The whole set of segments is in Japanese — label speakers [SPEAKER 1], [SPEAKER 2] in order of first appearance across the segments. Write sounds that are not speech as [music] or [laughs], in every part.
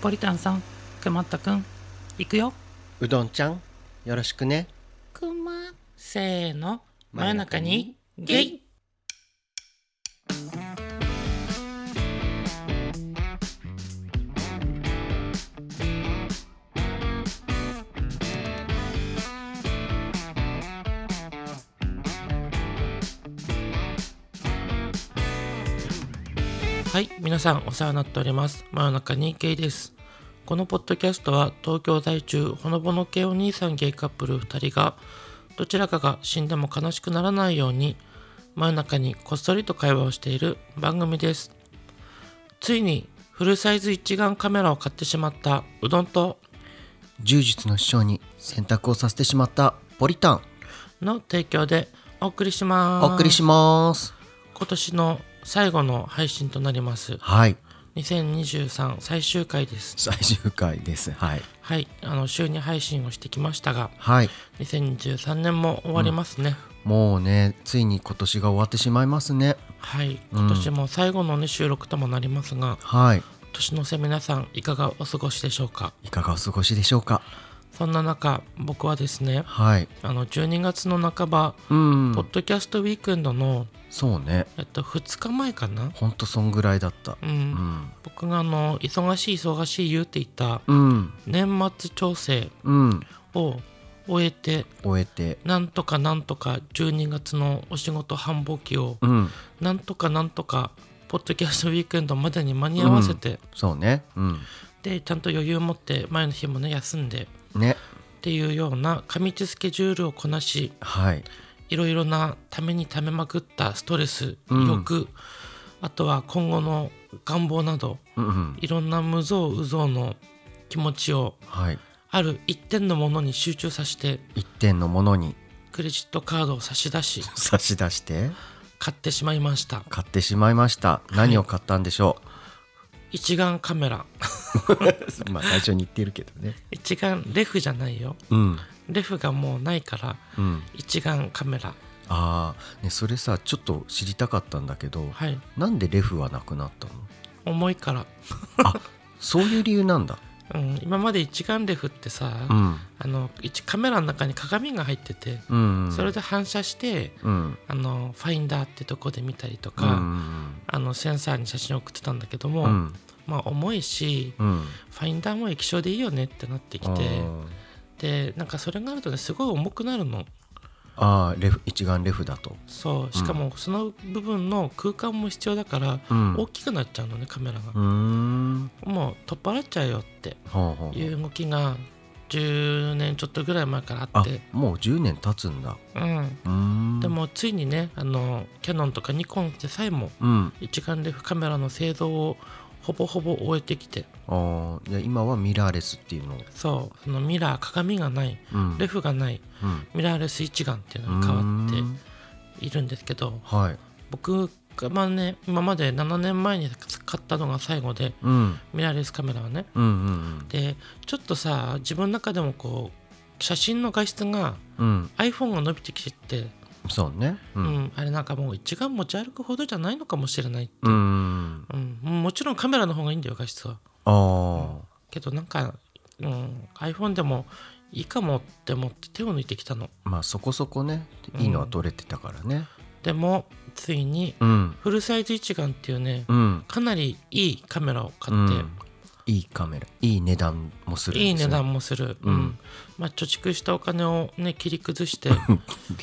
[SPEAKER 1] ポリタンさんくまったくんいくよ
[SPEAKER 2] うどんちゃんよろしくね
[SPEAKER 1] くませーの真夜中にゲイはい皆さんお世話になっております真夜中にゲイですこのポッドキャストは東京在住ほのぼの系お兄さんゲイカップル2人がどちらかが死んでも悲しくならないように真夜中にこっそりと会話をしている番組ですついにフルサイズ一眼カメラを買ってしまったうどんと
[SPEAKER 2] 柔術の師匠に選択をさせてしまったポリタン
[SPEAKER 1] の提供でお送りします
[SPEAKER 2] お送りします
[SPEAKER 1] 今年の最後の配信となります
[SPEAKER 2] はい
[SPEAKER 1] 2023最終回です
[SPEAKER 2] 最終回ですはい
[SPEAKER 1] はいあの週に配信をしてきましたが
[SPEAKER 2] はい
[SPEAKER 1] 2023年も終わりますね、
[SPEAKER 2] もうねついに今年が終わってしまいますね
[SPEAKER 1] はい今年も最後の、ね、収録ともなりますが
[SPEAKER 2] はい
[SPEAKER 1] 年の瀬皆さんいかがお過ごしでしょうか
[SPEAKER 2] いかがお過ごしでしょうか
[SPEAKER 1] そんな中僕はですね
[SPEAKER 2] はい
[SPEAKER 1] あの12月の半ば、
[SPEAKER 2] うん
[SPEAKER 1] ポッドキャストウィークエンドの、
[SPEAKER 2] そうね
[SPEAKER 1] えっと、2日前かな、
[SPEAKER 2] ほんとそんぐらいだった
[SPEAKER 1] うん
[SPEAKER 2] うん
[SPEAKER 1] 僕があの忙しい忙しい言うていた
[SPEAKER 2] うん
[SPEAKER 1] 年末調整
[SPEAKER 2] うん
[SPEAKER 1] を終えて
[SPEAKER 2] 終えて
[SPEAKER 1] なんとかなんとか12月のお仕事繁忙期を
[SPEAKER 2] うん
[SPEAKER 1] なんとかなんとかポッドキャストウィークエンドまでに間に合わせて、
[SPEAKER 2] そうねうん
[SPEAKER 1] でちゃんと余裕を持って前の日もね休んで
[SPEAKER 2] ね
[SPEAKER 1] っていうような過密スケジュールをこなし
[SPEAKER 2] はい
[SPEAKER 1] いろいろなためにためまくったストレス、
[SPEAKER 2] うん
[SPEAKER 1] 欲あとは今後の願望など
[SPEAKER 2] うんうん
[SPEAKER 1] いろんな無造無造の気持ちを
[SPEAKER 2] はい
[SPEAKER 1] ある一点のものに集中させて
[SPEAKER 2] 一点のものに
[SPEAKER 1] クレジットカードを差し出し
[SPEAKER 2] 差し出して
[SPEAKER 1] 買ってしまいました
[SPEAKER 2] 買ってしまいました何を買ったんでしょ
[SPEAKER 1] 一眼カメラ
[SPEAKER 2] [laughs] うまあ最初に言ってるけどね
[SPEAKER 1] 一眼レフじゃないよ
[SPEAKER 2] うん
[SPEAKER 1] レフがもうないから
[SPEAKER 2] うん
[SPEAKER 1] 一眼カメラ
[SPEAKER 2] ああねそれさちょっと知りたかったんだけど
[SPEAKER 1] はい
[SPEAKER 2] なんでレフはなくなったの
[SPEAKER 1] 重いから、
[SPEAKER 2] そういう理由なんだ
[SPEAKER 1] うん、今まで一眼レフってさ、
[SPEAKER 2] うん
[SPEAKER 1] あの一カメラの中に鏡が入ってて、
[SPEAKER 2] うんうん
[SPEAKER 1] それで反射して
[SPEAKER 2] うん
[SPEAKER 1] あのファインダーってとこで見たりと
[SPEAKER 2] う
[SPEAKER 1] か、
[SPEAKER 2] ん
[SPEAKER 1] あのセンサーに写真を送ってたんだけど
[SPEAKER 2] う
[SPEAKER 1] も、
[SPEAKER 2] ん
[SPEAKER 1] まあ重いし
[SPEAKER 2] うん
[SPEAKER 1] ファインダーも液晶でいいよねってなってき
[SPEAKER 2] あ
[SPEAKER 1] て
[SPEAKER 2] ー
[SPEAKER 1] でなんかそれがあるとねすごい重くなるの
[SPEAKER 2] あーレフ一眼レフだと
[SPEAKER 1] そうしかもその部分の空間も必要だから
[SPEAKER 2] うん
[SPEAKER 1] 大きくなっちゃうのねカメラが
[SPEAKER 2] うー、ん
[SPEAKER 1] もう取っ払っちゃうよって
[SPEAKER 2] ほうほうほ
[SPEAKER 1] いうう動きが10年ちょっとぐらい前からあっ
[SPEAKER 2] あ
[SPEAKER 1] て
[SPEAKER 2] もう10年経つんだ
[SPEAKER 1] うん
[SPEAKER 2] うーん
[SPEAKER 1] でもついにねあのキャノンとかニコンでさえも
[SPEAKER 2] うん
[SPEAKER 1] 一眼レフカメラの製造をほぼほぼ終えてきて
[SPEAKER 2] あーじゃあ今はミラーレスっていうのを
[SPEAKER 1] そうそのミラー鏡がない
[SPEAKER 2] うん
[SPEAKER 1] レフがない
[SPEAKER 2] うん
[SPEAKER 1] ミラーレス一眼っていうのが変わ
[SPEAKER 2] うー
[SPEAKER 1] っ
[SPEAKER 2] ん
[SPEAKER 1] ているんですけど
[SPEAKER 2] はい
[SPEAKER 1] 僕がまあね今まで7年前に買ったのが最後で
[SPEAKER 2] うん
[SPEAKER 1] ミラーレスカメラはね
[SPEAKER 2] うんうん
[SPEAKER 1] でちょっとさ自分の中でもこう写真の画質が
[SPEAKER 2] うん
[SPEAKER 1] iPhone が伸びてきてて、
[SPEAKER 2] そうねう
[SPEAKER 1] うん
[SPEAKER 2] ん
[SPEAKER 1] あれなんかもう一眼持ち歩くほどじゃないのかもしれない、
[SPEAKER 2] うん
[SPEAKER 1] うん、もちろんカメラの方がいいんだよ画質は
[SPEAKER 2] ああ
[SPEAKER 1] けどなんか、うん、iPhone でもいいかもって思って手を抜いてきたの
[SPEAKER 2] まあそこそこねいいのは取れてたからね
[SPEAKER 1] でもついに
[SPEAKER 2] うん
[SPEAKER 1] フルサイズ一眼っていうね
[SPEAKER 2] うん
[SPEAKER 1] かなりいいカメラを買
[SPEAKER 2] う
[SPEAKER 1] っ
[SPEAKER 2] ん
[SPEAKER 1] て、
[SPEAKER 2] いいカメラいい値段もするん
[SPEAKER 1] いい
[SPEAKER 2] です
[SPEAKER 1] 値
[SPEAKER 2] よ
[SPEAKER 1] 段もする、うん
[SPEAKER 2] うん
[SPEAKER 1] まあ、貯蓄したお金を、ね、切り崩して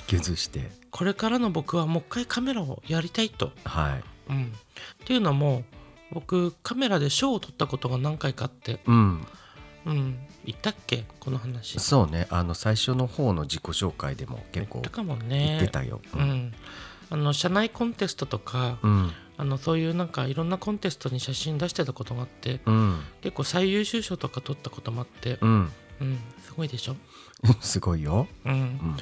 [SPEAKER 2] 削して
[SPEAKER 1] これからの僕はもう一回カメラをやりたいと。
[SPEAKER 2] はい
[SPEAKER 1] うん、っていうのも僕カメラで賞を取ったことが何回かあって、
[SPEAKER 2] うん
[SPEAKER 1] うん、言ったっけこの話。
[SPEAKER 2] そうねあの最初の方の自己紹介でも結構
[SPEAKER 1] だかも
[SPEAKER 2] 言
[SPEAKER 1] ね
[SPEAKER 2] ってたよう
[SPEAKER 1] うんん、あの社内コンテストとか、
[SPEAKER 2] うん
[SPEAKER 1] あのそういうなんかいろんなコンテストに写真出してたことがあって
[SPEAKER 2] うん
[SPEAKER 1] 結構最優秀賞とか取ったこともあって、
[SPEAKER 2] うん
[SPEAKER 1] うん、すごいでしょ、
[SPEAKER 2] [laughs] すごいよ
[SPEAKER 1] うん
[SPEAKER 2] うん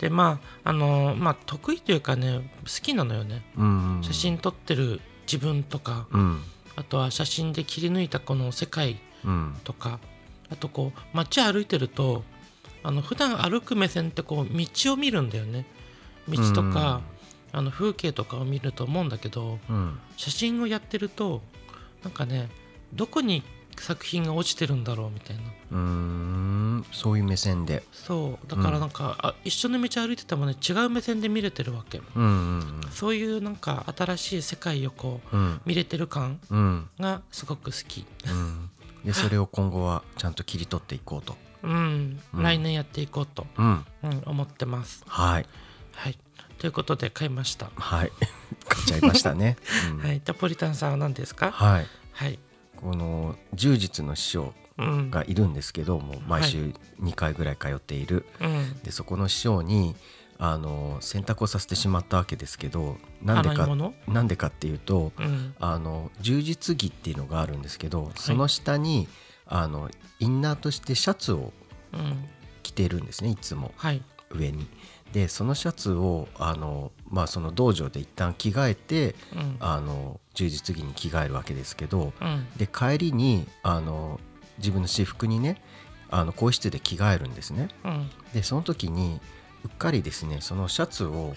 [SPEAKER 1] でまああのまあ得意というかね好きなのよね
[SPEAKER 2] うんうん
[SPEAKER 1] 写真撮ってる自分とか、
[SPEAKER 2] うん
[SPEAKER 1] あとは写真で切り抜いたこの世界
[SPEAKER 2] うん
[SPEAKER 1] とかあとこう街歩いてるとあの普段歩く目線ってこう道を見るんだよね道とか、あの風景とかを見ると思うんだけど
[SPEAKER 2] うん
[SPEAKER 1] 写真をやってるとなんかねどこに作品が落ちてるんだろうみたいな
[SPEAKER 2] うーんそういう目線で
[SPEAKER 1] そうだからなんか、あ一緒の道歩いててもね違う目線で見れてるわけ
[SPEAKER 2] うんうん
[SPEAKER 1] そういうなんか新しい世界をこう
[SPEAKER 2] うん
[SPEAKER 1] 見れてる感
[SPEAKER 2] うんうん
[SPEAKER 1] がすごく好き
[SPEAKER 2] うんでそれを今後はちゃんと切り取っていこうと
[SPEAKER 1] うん、
[SPEAKER 2] うん
[SPEAKER 1] 来年やっていこうと、
[SPEAKER 2] うん
[SPEAKER 1] うん、思ってます
[SPEAKER 2] はい
[SPEAKER 1] はいということで買いました、
[SPEAKER 2] はい [laughs] 買っちゃいましたね、うん
[SPEAKER 1] はいナポリタンさんは何ですか
[SPEAKER 2] はい
[SPEAKER 1] はい
[SPEAKER 2] この柔術の師匠
[SPEAKER 1] うん
[SPEAKER 2] がいるんですけどもう毎週2回ぐらい通っている、
[SPEAKER 1] うん
[SPEAKER 2] でそこの師匠にあの洗濯をさせてしまったわけですけどなんで
[SPEAKER 1] 洗い
[SPEAKER 2] か
[SPEAKER 1] 物
[SPEAKER 2] なんでかっていうと
[SPEAKER 1] うん
[SPEAKER 2] あの柔術着っていうのがあるんですけど、その下にあのインナーとしてシャツを
[SPEAKER 1] うん
[SPEAKER 2] 着てるんですねいつも
[SPEAKER 1] はい
[SPEAKER 2] 上に。でそのシャツをあの、まあ、その道場で一旦着替えて
[SPEAKER 1] うん
[SPEAKER 2] あの柔術着に着替えるわけですけど、
[SPEAKER 1] うん
[SPEAKER 2] で帰りにあの自分の私服にねあの更衣室で着替えるんですね
[SPEAKER 1] うん
[SPEAKER 2] でその時にうっかりですねそのシャツを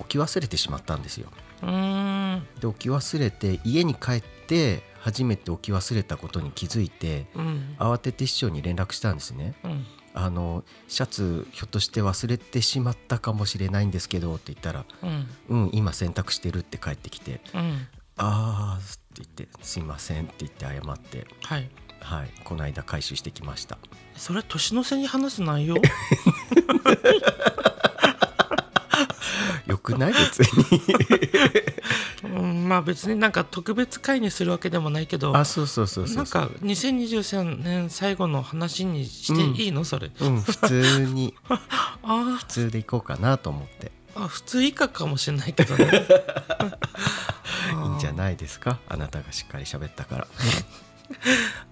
[SPEAKER 2] 置き忘れてしまったんですよ
[SPEAKER 1] うーん
[SPEAKER 2] で置き忘れて家に帰って初めて置き忘れたことに気づいて
[SPEAKER 1] うん
[SPEAKER 2] 慌てて師匠に連絡したんですね
[SPEAKER 1] うん
[SPEAKER 2] あのシャツひょっとして忘れてしまったかもしれないんですけどって言ったら
[SPEAKER 1] うん
[SPEAKER 2] うん今洗濯してるって帰ってきて
[SPEAKER 1] うん
[SPEAKER 2] ああって言ってすいませんって言って謝って
[SPEAKER 1] はい
[SPEAKER 2] はい、この間回収してきました。
[SPEAKER 1] それ年の瀬に話す
[SPEAKER 2] [laughs]
[SPEAKER 1] 内容
[SPEAKER 2] よくない別に。
[SPEAKER 1] うんまあ別になんか特別会にするわけでもないけど
[SPEAKER 2] [laughs] あ、そうそうそうそう。
[SPEAKER 1] なんか2023年最後の話にしていいの、それ
[SPEAKER 2] うん、普通に、
[SPEAKER 1] あー
[SPEAKER 2] 普通でいこうかなと思って、
[SPEAKER 1] あ普通以下かもしれないけどね
[SPEAKER 2] [laughs] いいんじゃ
[SPEAKER 1] い
[SPEAKER 2] ないですか。あなたがしっかり喋ったから、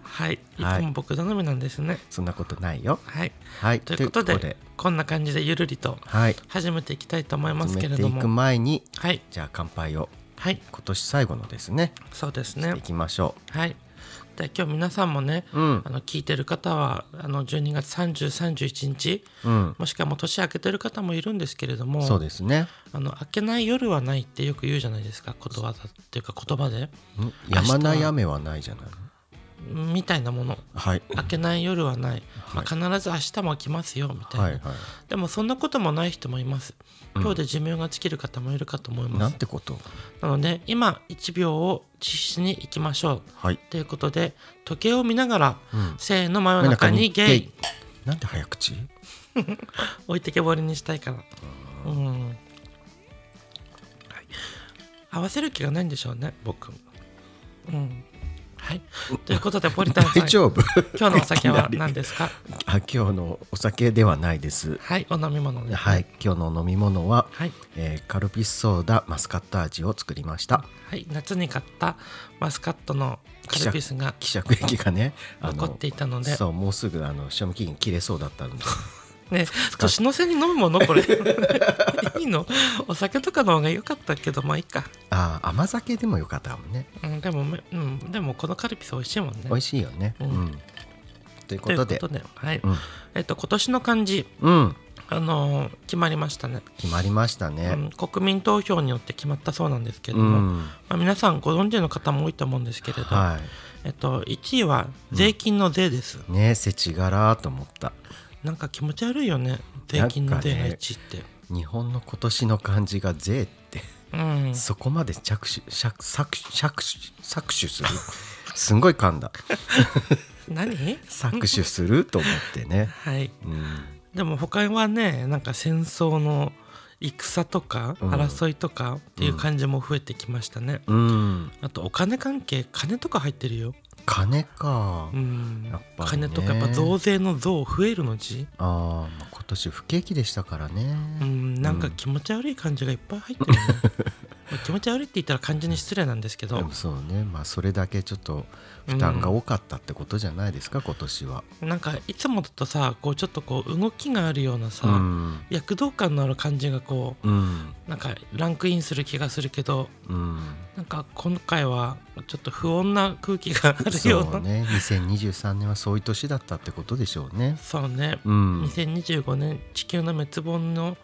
[SPEAKER 1] はいい
[SPEAKER 2] はい
[SPEAKER 1] つも僕頼みなんですね
[SPEAKER 2] そんなことないよ。
[SPEAKER 1] はい
[SPEAKER 2] はい、
[SPEAKER 1] ということで
[SPEAKER 2] という
[SPEAKER 1] こんな感じでゆるりと
[SPEAKER 2] はい、
[SPEAKER 1] 始めていきたいと思いま
[SPEAKER 2] 進
[SPEAKER 1] すけれ
[SPEAKER 2] めて
[SPEAKER 1] ど
[SPEAKER 2] いく
[SPEAKER 1] も
[SPEAKER 2] 前に、
[SPEAKER 1] はい
[SPEAKER 2] じゃあ乾杯を
[SPEAKER 1] はい
[SPEAKER 2] 今年最後のですね、
[SPEAKER 1] そうです
[SPEAKER 2] し
[SPEAKER 1] ね
[SPEAKER 2] ていきましょ
[SPEAKER 1] はいで今日皆さんもね
[SPEAKER 2] う。うん
[SPEAKER 1] あ、の聞いてる方はあの12月3031日
[SPEAKER 2] うん、
[SPEAKER 1] もしくはもう年明けてる方もいるんですけれども
[SPEAKER 2] そうですね。
[SPEAKER 1] あの明けない夜はないってよく言うじゃないですかことわざっていうか言葉で
[SPEAKER 2] んやまない雨はないじゃない。
[SPEAKER 1] みたいなもの
[SPEAKER 2] はい、
[SPEAKER 1] 明けない夜はない、
[SPEAKER 2] は
[SPEAKER 1] ま
[SPEAKER 2] い
[SPEAKER 1] あ、必ず明日も来ますよみたいな、
[SPEAKER 2] はい、は
[SPEAKER 1] でもそんなこともない人もいます今日で寿命が尽きる方もいるかと思い
[SPEAKER 2] い。な
[SPEAKER 1] ま
[SPEAKER 2] ん
[SPEAKER 1] す、
[SPEAKER 2] てこと。
[SPEAKER 1] なので今1秒を実施に行きましょ
[SPEAKER 2] はい。
[SPEAKER 1] うということで時計を見ながら、
[SPEAKER 2] うん
[SPEAKER 1] せーの真夜中にゲイ。
[SPEAKER 2] なんで早口。
[SPEAKER 1] 置いてけぼりにしたいからうん、はい、合わせる気がないんでしょうね僕うんはいということでポリタン [laughs] さん
[SPEAKER 2] 大丈夫。 [laughs]
[SPEAKER 1] 今日のお酒
[SPEAKER 2] いき
[SPEAKER 1] は
[SPEAKER 2] なり
[SPEAKER 1] 何です [laughs] か
[SPEAKER 2] あ今日のお酒ではないです。
[SPEAKER 1] はいお飲み物ですね
[SPEAKER 2] はい、今日のお飲み物は、
[SPEAKER 1] はい
[SPEAKER 2] えーカルピスソーダマスカット味を作りました。
[SPEAKER 1] はい、夏に買ったマスカットのカルピスが
[SPEAKER 2] 希釈液がね、
[SPEAKER 1] 残っていたので、
[SPEAKER 2] そうもうすぐあの賞味期限切れそうだったので、
[SPEAKER 1] ね、年の瀬に飲むものこれ [laughs] いいのお酒とかの方が良かったけどまあいいか、
[SPEAKER 2] あー甘酒でもよかったもんね。
[SPEAKER 1] うん、でもめ、うん、でもこのカルピス美味しいもんね
[SPEAKER 2] 美味しいよね。
[SPEAKER 1] う
[SPEAKER 2] うんん。ということで、
[SPEAKER 1] ということで、はい
[SPEAKER 2] うん、
[SPEAKER 1] えっと、今年の漢字、
[SPEAKER 2] うん、
[SPEAKER 1] あのー決まりましたね、
[SPEAKER 2] 決まりました
[SPEAKER 1] う
[SPEAKER 2] ね。
[SPEAKER 1] ん、国民投票によって決まったそうなんですけれ
[SPEAKER 2] う
[SPEAKER 1] ども、
[SPEAKER 2] ん、
[SPEAKER 1] まあ、皆さんご存知の方も多いと思うんですけれど、
[SPEAKER 2] は
[SPEAKER 1] えっと、1位は税金の税です、
[SPEAKER 2] い。ね、せちがらーと思った。
[SPEAKER 1] なんか気持ち悪いよね税金の税が
[SPEAKER 2] なんかね
[SPEAKER 1] 1位って、
[SPEAKER 2] 日本の今年の漢字が税って。
[SPEAKER 1] うん
[SPEAKER 2] そこまで着手しゃ搾搾搾取する [laughs] すんごい噛んだ
[SPEAKER 1] 何
[SPEAKER 2] 搾取すると思ってね、
[SPEAKER 1] はい
[SPEAKER 2] うん、
[SPEAKER 1] でも他はねなんか戦争の戦とか
[SPEAKER 2] うん
[SPEAKER 1] 争いとかっていう感じも増えてきましたね、
[SPEAKER 2] うん、
[SPEAKER 1] あとお金関係金とか入ってるよ、
[SPEAKER 2] 金か、
[SPEAKER 1] うん
[SPEAKER 2] やっぱり
[SPEAKER 1] 金
[SPEAKER 2] ね
[SPEAKER 1] とかやっぱ増税の増増えるの字
[SPEAKER 2] あーまあ今年不景気でしたからね、
[SPEAKER 1] うんなんか気持ち悪い感じがいっぱい入ってるね、まあ [laughs] 気持ち悪いって言ったら感じに失礼なんですけ
[SPEAKER 2] で
[SPEAKER 1] ど
[SPEAKER 2] もそうねまあそれだけちょっと負担が多かったってことじゃないですか、今年は、
[SPEAKER 1] なんかいつもだとさこうちょっとこう動きがあるようなさ、
[SPEAKER 2] うん
[SPEAKER 1] 躍動感のある感じがこ
[SPEAKER 2] うん
[SPEAKER 1] うなんかランクインする気がするけど
[SPEAKER 2] うん、
[SPEAKER 1] なんか今回はちょっと不穏な空気があるような
[SPEAKER 2] そうね2023年はそういう年だったってことでしょうね
[SPEAKER 1] そうね
[SPEAKER 2] うん
[SPEAKER 1] 2025年地球の滅亡の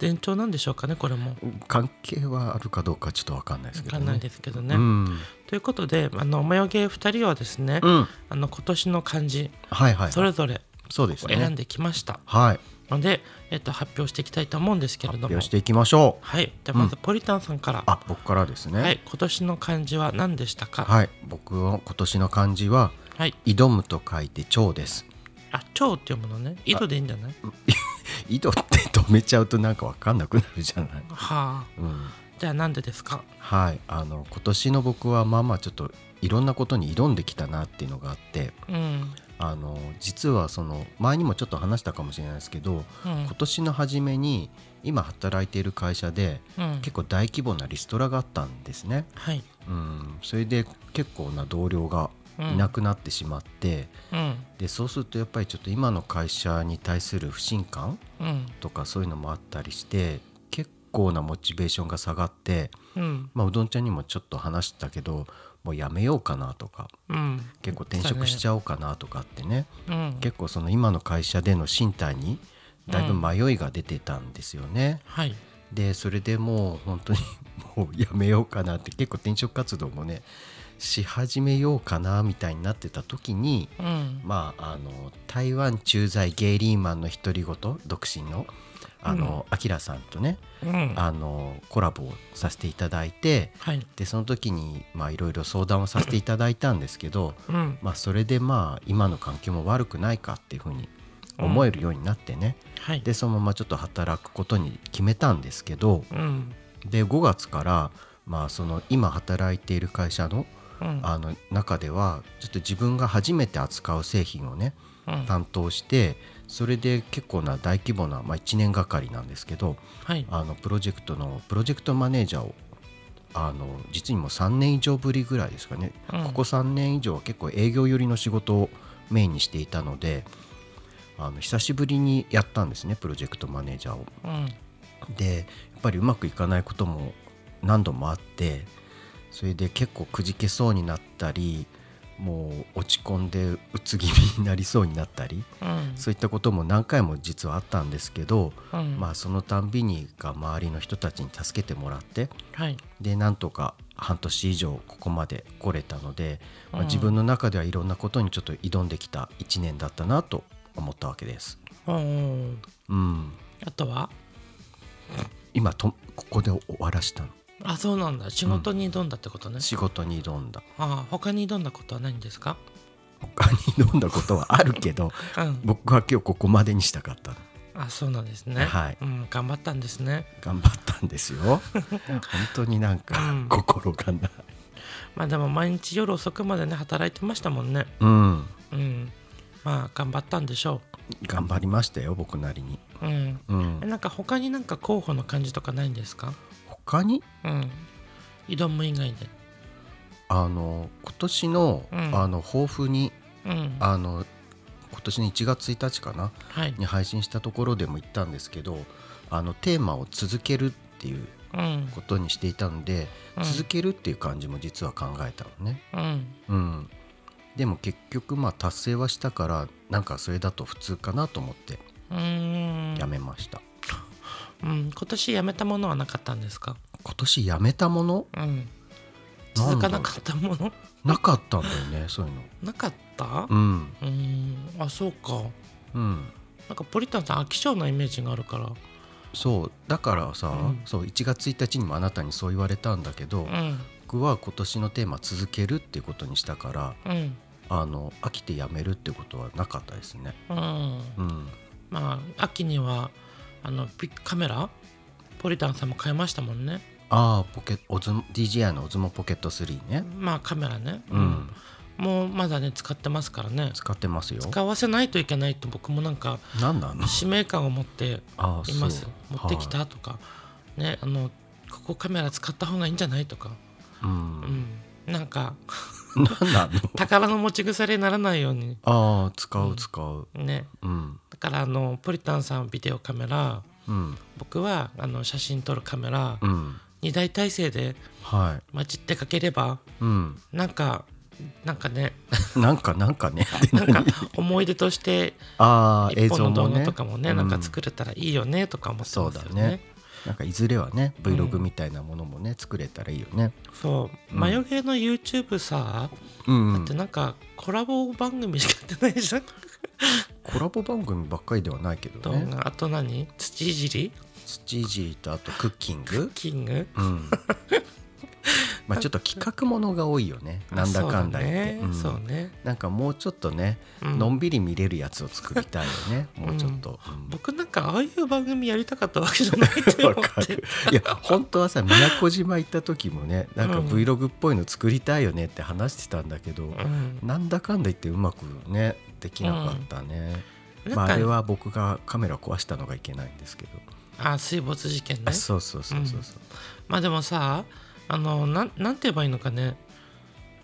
[SPEAKER 1] 前兆なんでしょうかねこれも
[SPEAKER 2] 関係はあるかどうかちょっとわかんないです
[SPEAKER 1] 分
[SPEAKER 2] けど、
[SPEAKER 1] か
[SPEAKER 2] ね、
[SPEAKER 1] んないですけどね、
[SPEAKER 2] うん、
[SPEAKER 1] ということであのおまよげ2人はですね、
[SPEAKER 2] うん、
[SPEAKER 1] あの今年の漢字
[SPEAKER 2] はいはい
[SPEAKER 1] それぞれ
[SPEAKER 2] そうですね
[SPEAKER 1] 選んできました
[SPEAKER 2] はい
[SPEAKER 1] ので、えっと、発表していきたいと思うんですけれども
[SPEAKER 2] 発表していきましょう
[SPEAKER 1] はいじゃあまずポリタンさんから、
[SPEAKER 2] あ僕からですね
[SPEAKER 1] はい、今年の漢字は何でしたかはい、
[SPEAKER 2] はい、僕の今年の漢字は挑むと書いて蝶です
[SPEAKER 1] あ蝶っていうものね井戸でいいんじゃない
[SPEAKER 2] 井戸って止めちゃうとなんかわかんなくなるじゃない、
[SPEAKER 1] はあ
[SPEAKER 2] うん、
[SPEAKER 1] じゃあなんでですか
[SPEAKER 2] はいあの今年の僕はまあまあちょっといろんなことに挑んできたなっていうのがあって
[SPEAKER 1] うん
[SPEAKER 2] あの実はその前にもちょっと話したかもしれないですけど
[SPEAKER 1] うん
[SPEAKER 2] 今年の初めに今働いている会社で
[SPEAKER 1] うん
[SPEAKER 2] 結構大規模なリストラがあったんですね、
[SPEAKER 1] はい
[SPEAKER 2] うん、それで結構な同僚がいなくなってしまって、
[SPEAKER 1] うん
[SPEAKER 2] でそうするとやっぱりちょっと今の会社に対する不信感
[SPEAKER 1] うん
[SPEAKER 2] とかそういうのもあったりして結構なモチベーションが下がって、
[SPEAKER 1] うん
[SPEAKER 2] まあ、うどんちゃんにもちょっと話したけどもうやめようかなとか
[SPEAKER 1] うん
[SPEAKER 2] 結構転職しちゃおうかなとかってね
[SPEAKER 1] うん
[SPEAKER 2] 結構その今の会社での身体にだいぶ迷いが出てたんですよね。
[SPEAKER 1] はい
[SPEAKER 2] でそれでもう本当に [laughs] もうやめようかなって結構転職活動もねし始めようかなみたいになってた時に、
[SPEAKER 1] うん
[SPEAKER 2] まあ、あの台湾駐在ゲイリーマンの独り言独身のあの、アキラさんとね
[SPEAKER 1] うん
[SPEAKER 2] あのコラボをさせていただいて
[SPEAKER 1] はい
[SPEAKER 2] でその時にまあいろいろ相談をさせていただいたんですけど、
[SPEAKER 1] うん
[SPEAKER 2] まあ、それでまあ今の環境も悪くないかっていうふうに思えるようになってね、
[SPEAKER 1] はい
[SPEAKER 2] でそのままちょっと働くことに決めたんですけど
[SPEAKER 1] うん
[SPEAKER 2] で5月から、まあ、その今働いている会社の
[SPEAKER 1] うん
[SPEAKER 2] あの中ではちょっと自分が初めて扱う製品をね
[SPEAKER 1] うん
[SPEAKER 2] 担当してそれで結構な大規模な、まあ、1年がかりなんですけど
[SPEAKER 1] はい
[SPEAKER 2] あのプロジェクトのプロジェクトマネージャーをあの実にもう3年以上ぶりぐらいですかね、
[SPEAKER 1] うん
[SPEAKER 2] ここ3年以上は結構営業寄りの仕事をメインにしていたのであの久しぶりにやったんですねプロジェクトマネージャーを。
[SPEAKER 1] うん
[SPEAKER 2] でやっぱりうまくいかないことも何度もあってそれで結構くじけそうになったりもう落ち込んでうつ気味になりそうになったり
[SPEAKER 1] うん
[SPEAKER 2] そういったことも何回も実はあったんですけど、
[SPEAKER 1] うん
[SPEAKER 2] まあそのたんびにが周りの人たちに助けてもらって
[SPEAKER 1] はい
[SPEAKER 2] でなんとか半年以上ここまで来れたので、まあ、
[SPEAKER 1] うん
[SPEAKER 2] 自分の中ではいろんなことにちょっと挑んできた1年だったなと思ったわけです。
[SPEAKER 1] うん
[SPEAKER 2] うん、
[SPEAKER 1] あとは
[SPEAKER 2] 今とここで終わらしたの
[SPEAKER 1] あそうなんだ仕事に挑んだってことね、
[SPEAKER 2] 仕事に挑んだ
[SPEAKER 1] ああ他に挑んだことはないんですか
[SPEAKER 2] 他に挑んだことはあるけど [laughs]
[SPEAKER 1] うん
[SPEAKER 2] 僕は今日ここまでにしたかったの
[SPEAKER 1] あそうなんですね
[SPEAKER 2] はい
[SPEAKER 1] うん、頑張ったんですね
[SPEAKER 2] 頑張った
[SPEAKER 1] [laughs]
[SPEAKER 2] んですよ本当になんか
[SPEAKER 1] うん
[SPEAKER 2] 心がない、
[SPEAKER 1] まあでも毎日夜遅くまでね働いてましたもんね
[SPEAKER 2] うん、
[SPEAKER 1] うんまあ頑張ったんでしょ
[SPEAKER 2] 頑張りましたよ僕なりに、
[SPEAKER 1] ううん
[SPEAKER 2] うん
[SPEAKER 1] え、なんか他になんか候補の感じとかないんですか
[SPEAKER 2] 他に
[SPEAKER 1] うん挑む以外で
[SPEAKER 2] あの今年の,、
[SPEAKER 1] うん
[SPEAKER 2] あの抱負に
[SPEAKER 1] うん
[SPEAKER 2] あの今年の1月1日かな
[SPEAKER 1] はい
[SPEAKER 2] に配信したところでも言ったんですけどあのテーマを続けるっていう
[SPEAKER 1] うん
[SPEAKER 2] ことにしていたので、
[SPEAKER 1] うん
[SPEAKER 2] 続けるっていう感じも実は考えたのね、
[SPEAKER 1] うん
[SPEAKER 2] うん、でも結局まあ達成はしたからなんかそれだと普通かなと思って
[SPEAKER 1] うーん
[SPEAKER 2] やめました、
[SPEAKER 1] うん今年やめたものはなかったんですか
[SPEAKER 2] 今年やめたもの
[SPEAKER 1] うん
[SPEAKER 2] なんだろう
[SPEAKER 1] 続かなかったもの
[SPEAKER 2] なかったんだよねそういうの
[SPEAKER 1] なかった
[SPEAKER 2] うん
[SPEAKER 1] うーんあそうか
[SPEAKER 2] うん
[SPEAKER 1] なんかポリタンさん飽き性なイメージがあるから
[SPEAKER 2] そうだからさ、
[SPEAKER 1] うん
[SPEAKER 2] そう1月1日にもあなたにそう言われたんだけど、
[SPEAKER 1] うん
[SPEAKER 2] 僕は今年のテーマ続けるっていうことにしたから
[SPEAKER 1] うん
[SPEAKER 2] あの飽きてやめるってことはなかったですね
[SPEAKER 1] うん
[SPEAKER 2] うん
[SPEAKER 1] まあ秋にはあのビッグカメラポリタンさんも買いましたもんね
[SPEAKER 2] ああポケオズ DJI のオズモポケット3ね
[SPEAKER 1] まあカメラね、
[SPEAKER 2] うん、
[SPEAKER 1] もうまだね使ってますからね
[SPEAKER 2] 使ってますよ
[SPEAKER 1] 使わせないといけないと僕もなんか
[SPEAKER 2] 何なの
[SPEAKER 1] 使命感を持って
[SPEAKER 2] ああ
[SPEAKER 1] います
[SPEAKER 2] そう
[SPEAKER 1] 持ってき
[SPEAKER 2] は
[SPEAKER 1] たとか、ねあのここカメラ使った方がいいんじゃないとか、
[SPEAKER 2] いうん
[SPEAKER 1] うん、なんか [laughs]
[SPEAKER 2] 何なの
[SPEAKER 1] 宝の持ち腐れにならないように
[SPEAKER 2] ああ使う使う
[SPEAKER 1] ね
[SPEAKER 2] うん
[SPEAKER 1] だからあのポリタンさんはビデオカメラ
[SPEAKER 2] うん
[SPEAKER 1] 僕はあの写真撮るカメラ、
[SPEAKER 2] うん
[SPEAKER 1] 二大体制で
[SPEAKER 2] はい
[SPEAKER 1] 街ってかければ
[SPEAKER 2] うん
[SPEAKER 1] なんかなんか
[SPEAKER 2] [laughs]
[SPEAKER 1] ね
[SPEAKER 2] なんかなんかね [laughs] って
[SPEAKER 1] なんか
[SPEAKER 2] 何
[SPEAKER 1] 思い出として
[SPEAKER 2] ああ映
[SPEAKER 1] 一本の
[SPEAKER 2] 像
[SPEAKER 1] 動
[SPEAKER 2] もね
[SPEAKER 1] 画とかもね
[SPEAKER 2] うん
[SPEAKER 1] なんか作れたらいいよねとか思ってますよ
[SPEAKER 2] そうだね
[SPEAKER 1] ね。
[SPEAKER 2] なんかいずれはね Vlog みたいなものもね、作れたらいいよね。
[SPEAKER 1] そう、
[SPEAKER 2] うん
[SPEAKER 1] マヨゲーの YouTube さ、
[SPEAKER 2] うんう
[SPEAKER 1] だ
[SPEAKER 2] ん
[SPEAKER 1] ってなんかコラボ番組しかやってないじゃん、
[SPEAKER 2] コラボ番組ばっかりではないけど
[SPEAKER 1] 動
[SPEAKER 2] ね
[SPEAKER 1] 画あと何土いじり
[SPEAKER 2] 土いじりとあとクッキング
[SPEAKER 1] キング
[SPEAKER 2] うん [laughs] まあちょっと企画ものが多いよねなんだかんだ言って
[SPEAKER 1] あ
[SPEAKER 2] うん
[SPEAKER 1] そうだね,、
[SPEAKER 2] なんかもうちょっとね、
[SPEAKER 1] そうねうん
[SPEAKER 2] のんびり見れるやつを作りたいよねもうちょっと、うん
[SPEAKER 1] 僕なんかああいう番組やりたかったわけじゃないって思
[SPEAKER 2] [laughs] わ
[SPEAKER 1] っ
[SPEAKER 2] か
[SPEAKER 1] て
[SPEAKER 2] るいや本当はさ宮古島行った時もねなんか
[SPEAKER 1] うん
[SPEAKER 2] Vlog っぽいの作りたいよねって話してたんだけど、
[SPEAKER 1] うん
[SPEAKER 2] なんだかんだ言ってうまくねできなかったね、ま
[SPEAKER 1] な
[SPEAKER 2] あ、
[SPEAKER 1] ん
[SPEAKER 2] あ
[SPEAKER 1] か、
[SPEAKER 2] れは僕がカメラ壊したのがいけないんですけど、
[SPEAKER 1] あ水没事件ね
[SPEAKER 2] あそうそうそうそうそう、
[SPEAKER 1] まあでもさあのなんなんて言えばいいのかね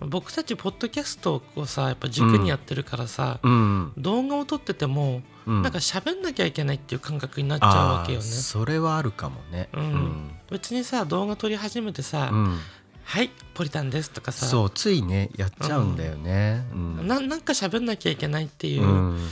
[SPEAKER 1] 僕たちポッドキャストをさやっぱ軸にやってるからさ、
[SPEAKER 2] うん
[SPEAKER 1] 動画を撮ってても、
[SPEAKER 2] うん
[SPEAKER 1] なんか喋んなきゃいけないっていう感覚になっちゃうわ
[SPEAKER 2] あ
[SPEAKER 1] けよ
[SPEAKER 2] ー
[SPEAKER 1] ね
[SPEAKER 2] それはあるかもね
[SPEAKER 1] うん別にさ動画撮り始めてさ「
[SPEAKER 2] うんうん
[SPEAKER 1] はいポリタンです」とかさ
[SPEAKER 2] そうついねやっちゃうんだよね、うん
[SPEAKER 1] ななんか喋んなきゃいけないっていう、
[SPEAKER 2] うん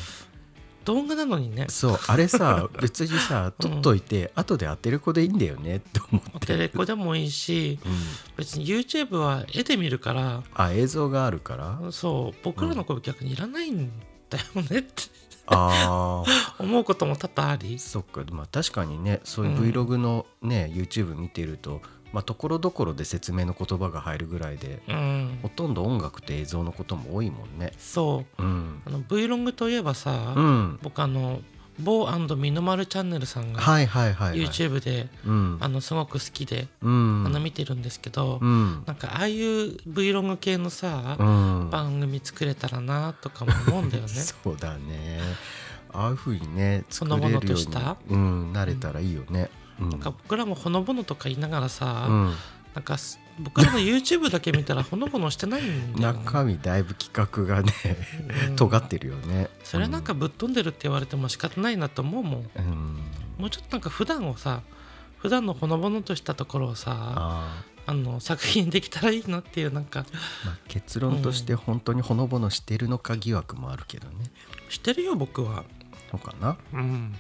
[SPEAKER 1] 動画なのにね
[SPEAKER 2] そうあ
[SPEAKER 1] [laughs]
[SPEAKER 2] れさ別にさ
[SPEAKER 1] うん
[SPEAKER 2] 撮っといて、後で当てる子でいいんだよねって思って
[SPEAKER 1] テレコでもいいし
[SPEAKER 2] うん
[SPEAKER 1] 別に YouTube は絵で見るから
[SPEAKER 2] あ映像があるから
[SPEAKER 1] そう僕らの声逆にいらないんだよねって
[SPEAKER 2] あー
[SPEAKER 1] 思うことも多々あり
[SPEAKER 2] そっかまあ確かにねそういう
[SPEAKER 1] うん
[SPEAKER 2] Vlog のね、YouTube 見てるとまあところどころで説明の言葉が入るぐらいで
[SPEAKER 1] うん
[SPEAKER 2] ほとんど音楽と映像のことも多いもんね
[SPEAKER 1] そう
[SPEAKER 2] うん、
[SPEAKER 1] あの V ロングといえばさ、
[SPEAKER 2] うん、
[SPEAKER 1] 僕あの某みのまるチャンネルさんが
[SPEAKER 2] はいはいはい、はい、
[SPEAKER 1] YouTube で
[SPEAKER 2] うん
[SPEAKER 1] あのすごく好きで
[SPEAKER 2] うん
[SPEAKER 1] あの見てるんですけど、
[SPEAKER 2] うん
[SPEAKER 1] なんかああいう V ロング系のさ、
[SPEAKER 2] うん
[SPEAKER 1] 番組作れたらなとかも思うんだよね
[SPEAKER 2] [laughs] そうだねああいうふうにね
[SPEAKER 1] そ
[SPEAKER 2] 作
[SPEAKER 1] のも
[SPEAKER 2] れるよ
[SPEAKER 1] の
[SPEAKER 2] う
[SPEAKER 1] と
[SPEAKER 2] に
[SPEAKER 1] した
[SPEAKER 2] うん、慣れたらいいよね、うん、
[SPEAKER 1] なんか僕らもほのぼのとか言いながらさ、
[SPEAKER 2] うん
[SPEAKER 1] なんかす僕らの YouTube だけ見たらほのぼのしてないんだよ、ね、
[SPEAKER 2] 中身だいぶ企画がね
[SPEAKER 1] うん
[SPEAKER 2] [laughs] 尖ってるよね、
[SPEAKER 1] それなんかぶっ飛んでるって言われても仕方ないなと思うもん
[SPEAKER 2] うん、
[SPEAKER 1] もうちょっとなんか普段をさ普段のほのぼのとしたところをさあ
[SPEAKER 2] あ
[SPEAKER 1] の作品できたらいいなっていうなんか
[SPEAKER 2] ー、まあ、結論として本当にほのぼのしてるのか疑惑もあるけどね
[SPEAKER 1] してるよ僕は。
[SPEAKER 2] そうかな、
[SPEAKER 1] うん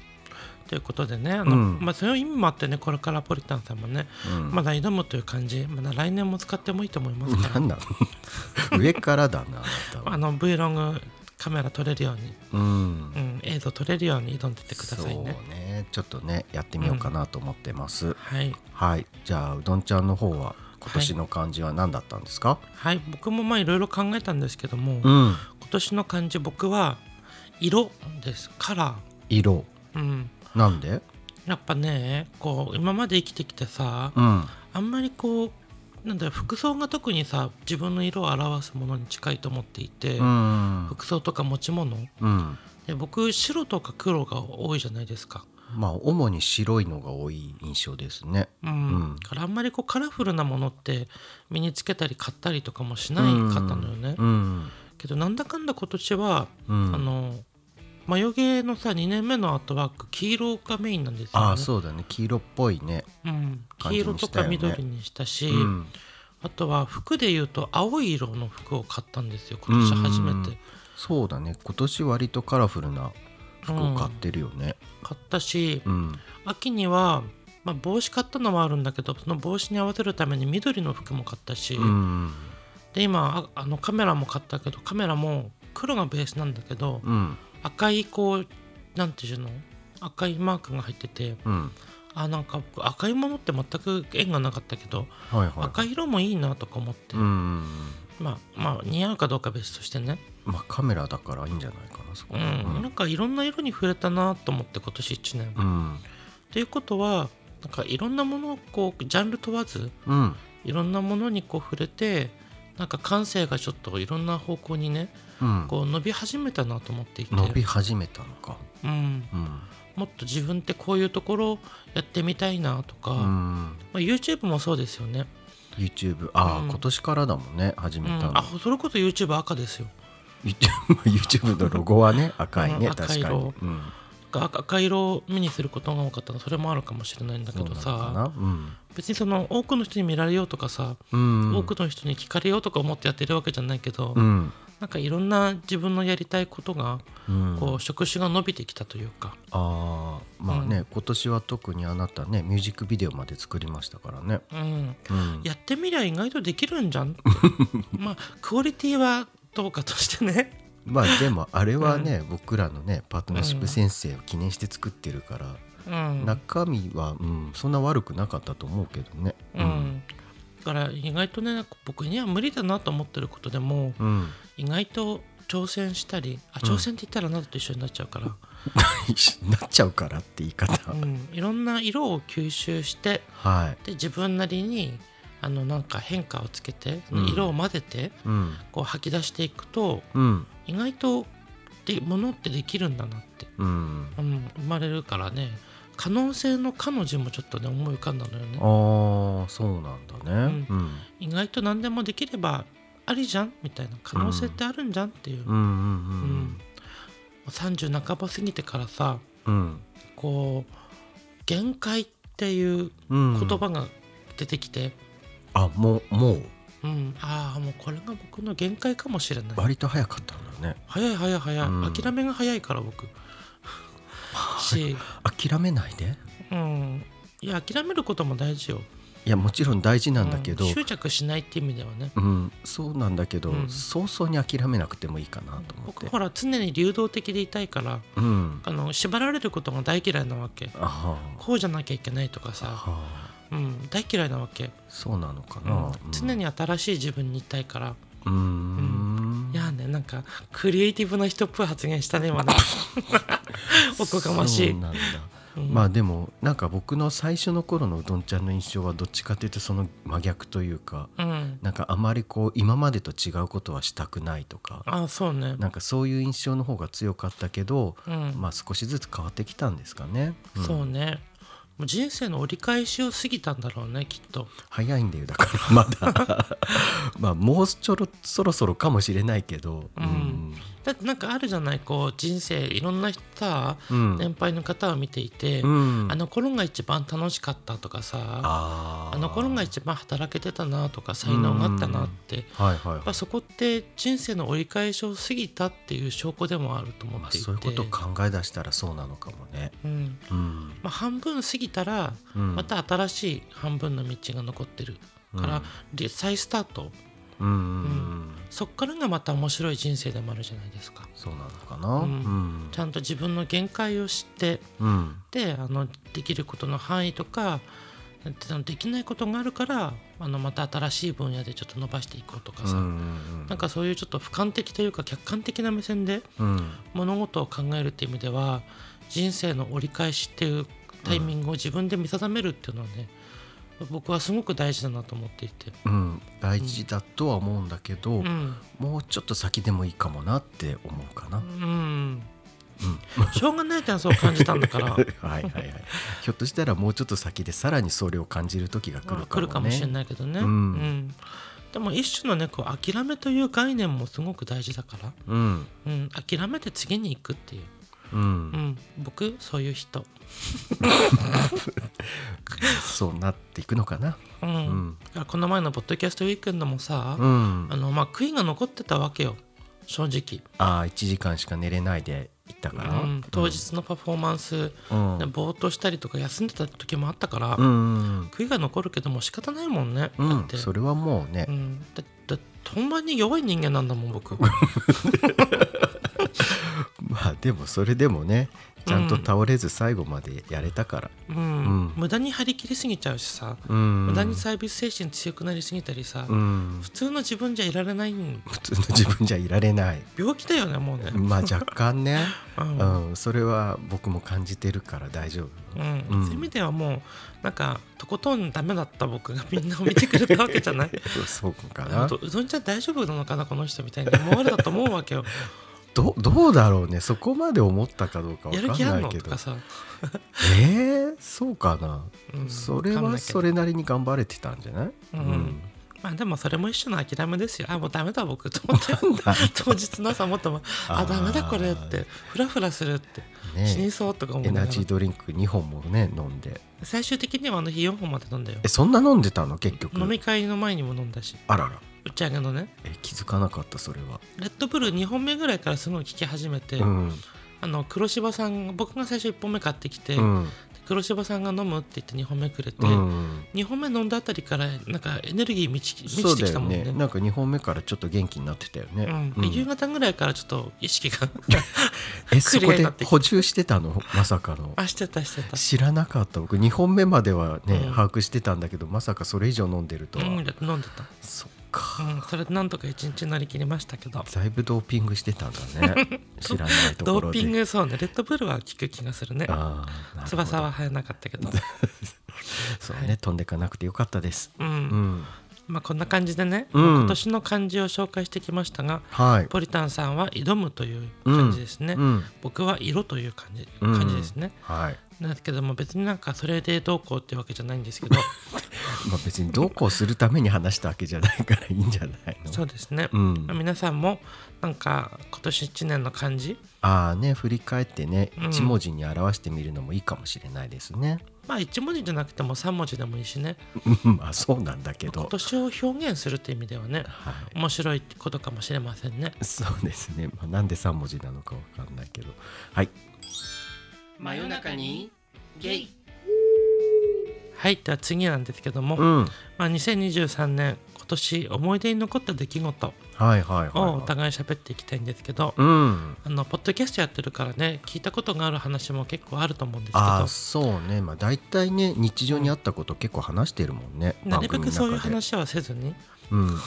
[SPEAKER 1] ということでねあの、
[SPEAKER 2] うん
[SPEAKER 1] まあ、それを意味もあってねこれからポリタンさんもね
[SPEAKER 2] うん
[SPEAKER 1] まだ挑むという感じまだ来年も使ってもいいと思いますか
[SPEAKER 2] [laughs] なんなの上からだなあなた
[SPEAKER 1] ら
[SPEAKER 2] は
[SPEAKER 1] [laughs] あの V ロングカメラ撮れるように、
[SPEAKER 2] うん
[SPEAKER 1] うん、映像撮れるように挑んでってくださいね
[SPEAKER 2] そうねちょっとねやってみようかなと思ってます、
[SPEAKER 1] はい、
[SPEAKER 2] はいじゃあうどんちゃんの方は今年の漢字は何だったんですか、
[SPEAKER 1] はい、僕もまあいろいろ考えたんですけども、今
[SPEAKER 2] うん
[SPEAKER 1] 年の漢字僕は色ですカラ
[SPEAKER 2] 色
[SPEAKER 1] ーうん
[SPEAKER 2] なんで
[SPEAKER 1] やっぱねこう今まで生きてきてさ
[SPEAKER 2] うん
[SPEAKER 1] あんまりこうなんだろう服装が特にさ自分の色を表すものに近いと思っていて、
[SPEAKER 2] うん
[SPEAKER 1] 服装とか持ち物
[SPEAKER 2] うん
[SPEAKER 1] で僕白とか黒が多いじゃないですか、
[SPEAKER 2] まあ主に白いのが多い印象ですね
[SPEAKER 1] うん
[SPEAKER 2] うん
[SPEAKER 1] だからあんまりこうカラフルなものって身につけたり買ったりとかもしないかったのよね、
[SPEAKER 2] うん
[SPEAKER 1] けどなんだかんだ今年は
[SPEAKER 2] うん
[SPEAKER 1] あの眉毛のさ2年目のアートワーク黄色がメインなんですよ、ね
[SPEAKER 2] ああそうだね黄色っぽいね
[SPEAKER 1] うん、
[SPEAKER 2] 感
[SPEAKER 1] 黄
[SPEAKER 2] じ
[SPEAKER 1] 色
[SPEAKER 2] に
[SPEAKER 1] と
[SPEAKER 2] したよ
[SPEAKER 1] か
[SPEAKER 2] ね
[SPEAKER 1] 緑にしたし、
[SPEAKER 2] うん
[SPEAKER 1] あとは服でいうと青い色の服を買ったんですよ今年初めて、
[SPEAKER 2] うんそうだね今年割とカラフルな服を買ってるよね
[SPEAKER 1] 買ったし
[SPEAKER 2] うん
[SPEAKER 1] 秋には、まあ、帽子買ったのはあるんだけどその帽子に合わせるために緑の服も買ったし、
[SPEAKER 2] うん
[SPEAKER 1] で今ああのカメラも買ったけどカメラも黒がベースなんだけど、
[SPEAKER 2] うん
[SPEAKER 1] 赤いこうなんていうの赤いマークが入ってて
[SPEAKER 2] うん
[SPEAKER 1] あなんか僕赤いものって全く縁がなかったけど、
[SPEAKER 2] はいはい
[SPEAKER 1] 赤色もいいなとか思って、
[SPEAKER 2] うん
[SPEAKER 1] まあまあ似合うかどうかは別としてね、
[SPEAKER 2] まあカメラだからいいんじゃないかなそこ
[SPEAKER 1] う
[SPEAKER 2] は
[SPEAKER 1] んなんかいろんな色に触れたなと思って今年1年。
[SPEAKER 2] う
[SPEAKER 1] っ
[SPEAKER 2] ん
[SPEAKER 1] ていうことはなんかいろんなものをこうジャンル問わず
[SPEAKER 2] うん
[SPEAKER 1] いろんなものにこう触れてなんか感性がちょっといろんな方向にね
[SPEAKER 2] うん
[SPEAKER 1] こう伸び始めたなと思っていて、
[SPEAKER 2] 伸び始めたのか
[SPEAKER 1] うん、
[SPEAKER 2] うん
[SPEAKER 1] もっと自分ってこういうところやってみたいなとか、
[SPEAKER 2] う
[SPEAKER 1] ま
[SPEAKER 2] ん
[SPEAKER 1] あ、YouTube もそうですよね、
[SPEAKER 2] YouTube ああ、
[SPEAKER 1] うん
[SPEAKER 2] 今年からだもんね始
[SPEAKER 1] う
[SPEAKER 2] め
[SPEAKER 1] ん、
[SPEAKER 2] たの、
[SPEAKER 1] あそれこそ YouTube 赤ですよ
[SPEAKER 2] YouTube のロゴはね赤いね、
[SPEAKER 1] うん赤
[SPEAKER 2] 確
[SPEAKER 1] い
[SPEAKER 2] かに
[SPEAKER 1] 色、
[SPEAKER 2] うん、
[SPEAKER 1] 赤赤色を目にすることが多かったのそれもあるかもしれないんだけど
[SPEAKER 2] そうなのか
[SPEAKER 1] さ
[SPEAKER 2] なうん
[SPEAKER 1] 別にその多くの人に見られようとかさ、
[SPEAKER 2] うん
[SPEAKER 1] 多くの人に聞かれようとか思ってやってるわけじゃないけど、
[SPEAKER 2] うん
[SPEAKER 1] なんかいろんな自分のやりたいことが
[SPEAKER 2] うん
[SPEAKER 1] こう職種が伸びてきたというか、
[SPEAKER 2] あーまあね、今年は特にあなたねミュージックビデオまで作りましたからね、
[SPEAKER 1] うん、
[SPEAKER 2] うん、
[SPEAKER 1] やってみりゃ意外とできるんじゃんっ
[SPEAKER 2] [laughs]
[SPEAKER 1] てまあクオリティはどうかとしてね [laughs]
[SPEAKER 2] まあでもあれはね、僕らのねパートナーシップ先生を記念して作ってるから、
[SPEAKER 1] うん、
[SPEAKER 2] 中身は、うん、そんな悪くなかったと思うけどね
[SPEAKER 1] う、ん、だから意外とねなんか僕には無理だなと思ってることでも
[SPEAKER 2] うん [laughs]
[SPEAKER 1] 意外と挑戦したりあ
[SPEAKER 2] うん
[SPEAKER 1] 挑戦って言ったらあなたと一緒になっちゃうから、
[SPEAKER 2] なっちゃうからって言い方、
[SPEAKER 1] うん、いろんな色を吸収して
[SPEAKER 2] はい、
[SPEAKER 1] で自分なりにあのなんか変化をつけて
[SPEAKER 2] うん
[SPEAKER 1] 色を混ぜて
[SPEAKER 2] うん
[SPEAKER 1] こう吐き出していくと
[SPEAKER 2] うん
[SPEAKER 1] 意外とでものってできるんだなって、
[SPEAKER 2] うん、
[SPEAKER 1] うん、生まれるからね可能性の彼女もちょっとね思い浮かんだのよね
[SPEAKER 2] ああそうなんだねうん、
[SPEAKER 1] 意外と何でもできればありじゃんみたいな可能性ってあるんじゃんっていう、
[SPEAKER 2] うん、うんうん
[SPEAKER 1] 30半ば過ぎてからさ
[SPEAKER 2] うん
[SPEAKER 1] こう限界っていう
[SPEAKER 2] うん
[SPEAKER 1] 言葉が出てきて、
[SPEAKER 2] あもうもう
[SPEAKER 1] うんああもうこれが僕の限界かもしれない
[SPEAKER 2] 割と早かったんだね
[SPEAKER 1] 早い早い早い、
[SPEAKER 2] うん
[SPEAKER 1] 諦めが早いから僕し、
[SPEAKER 2] 諦めないで
[SPEAKER 1] うん、いや諦めることも大事よ
[SPEAKER 2] いやもちろん大事なんだけど、
[SPEAKER 1] う
[SPEAKER 2] うんん
[SPEAKER 1] 執着しないって意味ではね
[SPEAKER 2] そうなんだけど、
[SPEAKER 1] うん
[SPEAKER 2] 早々に諦めなくてもいいかなと思っ
[SPEAKER 1] 僕
[SPEAKER 2] て
[SPEAKER 1] ほら常に流動的でいたいから
[SPEAKER 2] うん
[SPEAKER 1] あの縛られることが大嫌いなわけ
[SPEAKER 2] あ
[SPEAKER 1] こうじゃなきゃいけないとか
[SPEAKER 2] あ
[SPEAKER 1] さ、
[SPEAKER 2] はあ
[SPEAKER 1] うん、大嫌いなわけ、
[SPEAKER 2] そうなのか
[SPEAKER 1] う
[SPEAKER 2] な、
[SPEAKER 1] ん、常に新しい自分にいたいから、
[SPEAKER 2] うーん
[SPEAKER 1] いやーねなんかクリエイティブな人っぽい発言したね今
[SPEAKER 2] [laughs]
[SPEAKER 1] ねおこがましい
[SPEAKER 2] そうなんだ
[SPEAKER 1] うん
[SPEAKER 2] まあでもなんか僕の最初の頃のうどんちゃんの印象はどっちかというとその真逆というか
[SPEAKER 1] うん
[SPEAKER 2] なんかあまりこう今までと違うことはしたくないとか
[SPEAKER 1] あそうね
[SPEAKER 2] なんかそういう印象の方が強かったけど、
[SPEAKER 1] うん
[SPEAKER 2] まあ少しずつ変わってきたんですかね、ん
[SPEAKER 1] そうねもう人生の折り返しを過ぎたんだろうねきっと
[SPEAKER 2] 早いんだよだからまだ [laughs] まあもうちょろそろそろかもしれないけど
[SPEAKER 1] うんだってなんかあるじゃないこう人生いろんな人さ
[SPEAKER 2] うん
[SPEAKER 1] 年配の方を見ていて、
[SPEAKER 2] うん
[SPEAKER 1] あの頃が一番楽しかったとかさ
[SPEAKER 2] あー
[SPEAKER 1] あの頃が一番働けてたなとか才能があったなって、
[SPEAKER 2] はいはい
[SPEAKER 1] やっぱそこって人生の折り返しを過ぎたっていう証拠でもあると思
[SPEAKER 2] ま
[SPEAKER 1] っ
[SPEAKER 2] あ、
[SPEAKER 1] ていて、
[SPEAKER 2] そういうことを考え出したらそうなのかもね。
[SPEAKER 1] うん
[SPEAKER 2] うん
[SPEAKER 1] まあ、半分過ぎたら
[SPEAKER 2] うん
[SPEAKER 1] また新しい半分の道が残ってるから、
[SPEAKER 2] うん
[SPEAKER 1] リ再スタート
[SPEAKER 2] うんうんうん
[SPEAKER 1] そっからがまた面白い人生でもあるじゃないですか
[SPEAKER 2] そうなのかな。
[SPEAKER 1] う
[SPEAKER 2] うんん
[SPEAKER 1] ちゃんと自分の限界を知って
[SPEAKER 2] うん
[SPEAKER 1] であのできることの範囲とかでできないことがあるからあのまた新しい分野でちょっと伸ばしていこうとか
[SPEAKER 2] うんう
[SPEAKER 1] さ、
[SPEAKER 2] ん
[SPEAKER 1] なんかそういうちょっと俯瞰的というか客観的な目線で
[SPEAKER 2] うん
[SPEAKER 1] 物事を考えるっていう意味では人生の折り返しっていうタイミングを自分で見定めるっていうのはね、僕はすごく大事だなと思っていて、
[SPEAKER 2] うん大事だとは思うんだけど、
[SPEAKER 1] うん
[SPEAKER 2] もうちょっと先でもいいかもなって思うかな
[SPEAKER 1] う。ん、しょうがないじゃんそう感じたんだから [laughs] ま
[SPEAKER 2] はいはいはい。ひょっとしたらもうちょっと先でさらにそれを感じる時が来
[SPEAKER 1] あ
[SPEAKER 2] るかもね。
[SPEAKER 1] 来るかもしれないけどね、
[SPEAKER 2] うん
[SPEAKER 1] うんでも一種のねこう諦めという概念もすごく大事だから、
[SPEAKER 2] うん
[SPEAKER 1] うん、諦めて次に行くっていう、
[SPEAKER 2] う。
[SPEAKER 1] うんん、僕そういう人、
[SPEAKER 2] そうなっていくのかな。
[SPEAKER 1] うん
[SPEAKER 2] うん
[SPEAKER 1] だからこの前のポッドキャストウィークエンドもさ、
[SPEAKER 2] うん
[SPEAKER 1] あ。のまあ悔いが残ってたわけよ正直、
[SPEAKER 2] ああ一時間しか寝れないで行ったから。
[SPEAKER 1] うん当。日のパフォーマンス、
[SPEAKER 2] うん。
[SPEAKER 1] でぼーっとしたりとか休んでた時もあったから、
[SPEAKER 2] うんうんうん。
[SPEAKER 1] 悔いが残るけども仕方ないもんね、
[SPEAKER 2] う
[SPEAKER 1] だっ
[SPEAKER 2] ん、
[SPEAKER 1] て
[SPEAKER 2] それはもうね、
[SPEAKER 1] うん、だだってほんまに弱い人間なんだもん
[SPEAKER 2] [laughs]
[SPEAKER 1] 僕
[SPEAKER 2] まあでもそれでもねちゃんと倒れず最後までやれたから、
[SPEAKER 1] うん、
[SPEAKER 2] うん
[SPEAKER 1] 無駄に張り切りすぎちゃうしさ、
[SPEAKER 2] うん
[SPEAKER 1] 無駄にサービス精神強くなりすぎたりさ、
[SPEAKER 2] うん、
[SPEAKER 1] 普通の自分じゃいられないん
[SPEAKER 2] 普通の自分じゃいられない
[SPEAKER 1] 病気だよねもうね、
[SPEAKER 2] まあ若干ね、
[SPEAKER 1] うん
[SPEAKER 2] うん、それは僕も感じてるから大丈夫
[SPEAKER 1] うん
[SPEAKER 2] うん
[SPEAKER 1] そういう意味ではもうなんかとことんダメだった僕がみ [laughs] んなを見てくれたわけじゃ
[SPEAKER 2] [laughs]
[SPEAKER 1] ない
[SPEAKER 2] そうか
[SPEAKER 1] あ
[SPEAKER 2] な
[SPEAKER 1] とうどんちゃん大丈夫なのかなこの人みたいに思われたと思うわけよ
[SPEAKER 2] どどうだろうねそこまで思ったかどうかわ
[SPEAKER 1] や
[SPEAKER 2] かん
[SPEAKER 1] る気あん
[SPEAKER 2] な
[SPEAKER 1] の
[SPEAKER 2] いけ
[SPEAKER 1] と
[SPEAKER 2] ど
[SPEAKER 1] かさ、
[SPEAKER 2] えー、そうかな、
[SPEAKER 1] うん
[SPEAKER 2] それ
[SPEAKER 1] わかんな
[SPEAKER 2] はい
[SPEAKER 1] けど
[SPEAKER 2] それなりに頑張れてたんじゃない、
[SPEAKER 1] うんまあでもそれも一種の諦めですよあもうダメだ僕と思って
[SPEAKER 2] [laughs]
[SPEAKER 1] 当日の朝もっともあ
[SPEAKER 2] あー
[SPEAKER 1] ダメだこれってフラフラするって、死に
[SPEAKER 2] ね
[SPEAKER 1] そうとか思
[SPEAKER 2] エ
[SPEAKER 1] いな
[SPEAKER 2] ナ
[SPEAKER 1] が
[SPEAKER 2] ジー
[SPEAKER 1] ら
[SPEAKER 2] ドリンク2本もね飲んで
[SPEAKER 1] 最終的にはあの日4本まで飲んだよ
[SPEAKER 2] えそんな飲んでたの結局
[SPEAKER 1] 飲み会の前にも飲んだし
[SPEAKER 2] あらら
[SPEAKER 1] 打ち上げのね
[SPEAKER 2] え気づかなかったそれは、
[SPEAKER 1] レッドブル2本目ぐらいからすごい聞き始めて、
[SPEAKER 2] うん
[SPEAKER 1] あの黒柴さんが僕が最初1本目買ってきて、
[SPEAKER 2] うん
[SPEAKER 1] 黒柴さんが飲むって言って2本目くれて、
[SPEAKER 2] うん、
[SPEAKER 1] 2本目飲んだあたりからなんかエネルギー満ち満
[SPEAKER 2] そ
[SPEAKER 1] ち
[SPEAKER 2] う
[SPEAKER 1] て
[SPEAKER 2] だ
[SPEAKER 1] きた
[SPEAKER 2] よ
[SPEAKER 1] もんね
[SPEAKER 2] ねなんか2本目からちょっと元気になってたよね、
[SPEAKER 1] うん
[SPEAKER 2] うん
[SPEAKER 1] で夕方ぐらいからちょっと意識が
[SPEAKER 2] えそこ
[SPEAKER 1] クリアに
[SPEAKER 2] で
[SPEAKER 1] なってきた
[SPEAKER 2] 補充してたのまさかの
[SPEAKER 1] あしてたしてた
[SPEAKER 2] 知らなかった僕2本目まではね、
[SPEAKER 1] うん
[SPEAKER 2] 把握してたんだけどまさかそれ以上飲んでるとは、
[SPEAKER 1] うん、だって飲んでた、
[SPEAKER 2] そっか、
[SPEAKER 1] うん、それでなんとか一日なりきりましたけど
[SPEAKER 2] だいぶドーピングしてたんだね
[SPEAKER 1] [laughs]
[SPEAKER 2] 知らないと
[SPEAKER 1] ド
[SPEAKER 2] ころ
[SPEAKER 1] ー
[SPEAKER 2] で
[SPEAKER 1] ピングそうねレッドブルは効く気がするね
[SPEAKER 2] あーなるほど
[SPEAKER 1] 翼は生えなかったけど、
[SPEAKER 2] そうね飛んでかなくてよかったです
[SPEAKER 1] うん
[SPEAKER 2] うん
[SPEAKER 1] まあ、こんな感じでね、
[SPEAKER 2] うん
[SPEAKER 1] 今年の漢字を紹介してきましたが
[SPEAKER 2] はい
[SPEAKER 1] ポリタンさんは「挑む」という感じですね、
[SPEAKER 2] うん
[SPEAKER 1] 僕は「色」という感じ
[SPEAKER 2] うん
[SPEAKER 1] 感じですね、
[SPEAKER 2] はい
[SPEAKER 1] だけども別になんかそれでどうこうってわけじゃないんですけど
[SPEAKER 2] まあ別にどうこうするために話したわけじゃないからいいんじゃないの
[SPEAKER 1] そうですね、
[SPEAKER 2] うん
[SPEAKER 1] まあ皆さんもなんか今年1年の漢字
[SPEAKER 2] ああね振り返ってね
[SPEAKER 1] うん
[SPEAKER 2] 一文字に表してみるのもいいかもしれないですね、
[SPEAKER 1] まあ1文字じゃなくても3文字でもいいしね
[SPEAKER 2] うん、 [laughs] まあそうなんだけど
[SPEAKER 1] 今年を表現するって意味ではね
[SPEAKER 2] は
[SPEAKER 1] 面白いことかもしれませんね
[SPEAKER 2] いそうですね、まあ、なんで3文字なのかわかんないけどはい
[SPEAKER 1] 真夜中にゲイはいでは次なんですけども、
[SPEAKER 2] うん
[SPEAKER 1] まあ、2023年今年思い出に残った出来事
[SPEAKER 2] はいはいはい、
[SPEAKER 1] をお
[SPEAKER 2] はい、
[SPEAKER 1] 互い喋っていきたいんですけど、
[SPEAKER 2] うん
[SPEAKER 1] あのポッドキャストやってるからね聞いたことがある話も結構あると思うんですけ
[SPEAKER 2] ああ
[SPEAKER 1] ど
[SPEAKER 2] そうねまあ大体ね日常にあったこと結構話してるもんね、
[SPEAKER 1] な
[SPEAKER 2] 番
[SPEAKER 1] るべ
[SPEAKER 2] 組
[SPEAKER 1] く
[SPEAKER 2] の中
[SPEAKER 1] そう
[SPEAKER 2] で
[SPEAKER 1] いう話はせずに [laughs]
[SPEAKER 2] うん、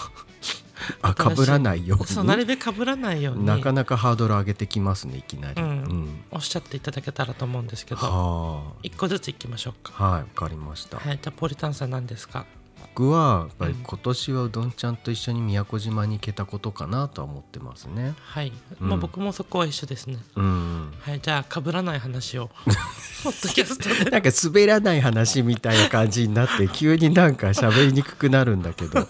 [SPEAKER 2] あかぶらないよう
[SPEAKER 1] そう
[SPEAKER 2] に
[SPEAKER 1] なるべく被らないように
[SPEAKER 2] なかなかハードル上げてきますねいきなり、
[SPEAKER 1] うん
[SPEAKER 2] ん
[SPEAKER 1] おっしゃっていただけたらと思うんですけど
[SPEAKER 2] はあ
[SPEAKER 1] 1個ずついきましょうか
[SPEAKER 2] はいわかりました、
[SPEAKER 1] はいじゃあポリタンさん何ですか
[SPEAKER 2] 僕はやっぱり
[SPEAKER 1] うん
[SPEAKER 2] 今年はうどんちゃんと一緒に宮古島に行けたことかなとは思ってますね
[SPEAKER 1] はい、
[SPEAKER 2] うん
[SPEAKER 1] まあ僕もそこは一緒ですね
[SPEAKER 2] うん
[SPEAKER 1] はいじゃあ被らない話
[SPEAKER 2] [laughs]
[SPEAKER 1] をポッドキャストで
[SPEAKER 2] なんか滑らない話みたいな感じになって急になんか喋りにくくなるんだけど、
[SPEAKER 1] [laughs]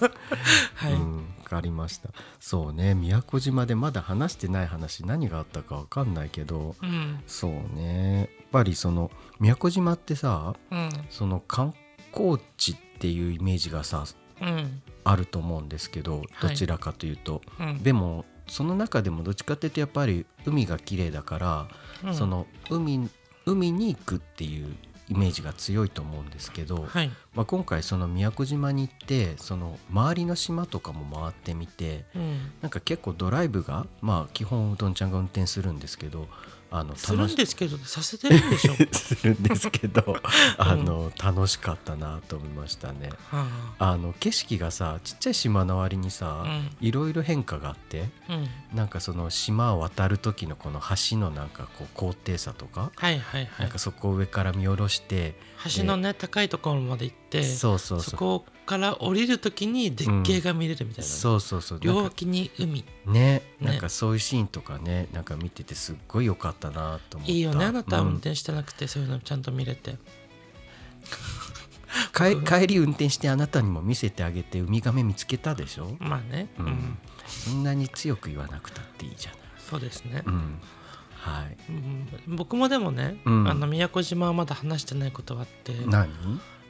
[SPEAKER 1] はい、
[SPEAKER 2] うん、分かりましたそうね宮古島でまだ話してない話何があったか分かんないけど
[SPEAKER 1] うん
[SPEAKER 2] そうねやっぱりその宮古島ってさ
[SPEAKER 1] うん
[SPEAKER 2] その観光地っていうイメージがさ
[SPEAKER 1] うん
[SPEAKER 2] あると思うんですけど
[SPEAKER 1] は
[SPEAKER 2] ど
[SPEAKER 1] い
[SPEAKER 2] ちらかというと、
[SPEAKER 1] うん
[SPEAKER 2] でもその中でもどっちかっていうとやっぱり海が綺麗だから、
[SPEAKER 1] うん
[SPEAKER 2] その海海に行くっていうイメージが強いと思うんですけど、
[SPEAKER 1] はい
[SPEAKER 2] まあ、今回その宮古島に行ってその周りの島とかも回ってみて
[SPEAKER 1] うん
[SPEAKER 2] なんか結構ドライブがまあ基本うどんちゃんが運転するんですけどあの
[SPEAKER 1] する
[SPEAKER 2] し
[SPEAKER 1] んですけどさせてるんでしょ
[SPEAKER 2] するんですけどあの楽しかったなと思いましたね。
[SPEAKER 1] は
[SPEAKER 2] あの景色がさちっちゃい島の割に
[SPEAKER 1] あ
[SPEAKER 2] さ、いろいろ変化があって
[SPEAKER 1] うんうん
[SPEAKER 2] なんかその島を渡る時のこの橋のなんかこう高低差とか、
[SPEAKER 1] はいはいは
[SPEAKER 2] なん
[SPEAKER 1] い
[SPEAKER 2] かそこを上から見下ろして、
[SPEAKER 1] 橋のね高いところまで行って
[SPEAKER 2] そうそう
[SPEAKER 1] そ
[SPEAKER 2] そう
[SPEAKER 1] こから降りるときに絶景が見れるみたいなね、
[SPEAKER 2] そうそうそうな
[SPEAKER 1] 両
[SPEAKER 2] んか
[SPEAKER 1] 脇に海
[SPEAKER 2] ね
[SPEAKER 1] ね
[SPEAKER 2] なんかそういうシーンとかねなんか見ててすっごい良かったなと思った
[SPEAKER 1] いいよねあなたは
[SPEAKER 2] う
[SPEAKER 1] 運
[SPEAKER 2] ん
[SPEAKER 1] 転してなくて、そういうのちゃんと見れて
[SPEAKER 2] 帰帰り運転してあなたにも見せてあげてウミガメ見つけたでしょ、
[SPEAKER 1] まあね、
[SPEAKER 2] う
[SPEAKER 1] うんん
[SPEAKER 2] そんなに強く言わなくたっていいじゃない、
[SPEAKER 1] そうですね、
[SPEAKER 2] うん、はい
[SPEAKER 1] うん僕もでもね、
[SPEAKER 2] うん
[SPEAKER 1] あの宮古島はまだ話してないことはあって
[SPEAKER 2] 何、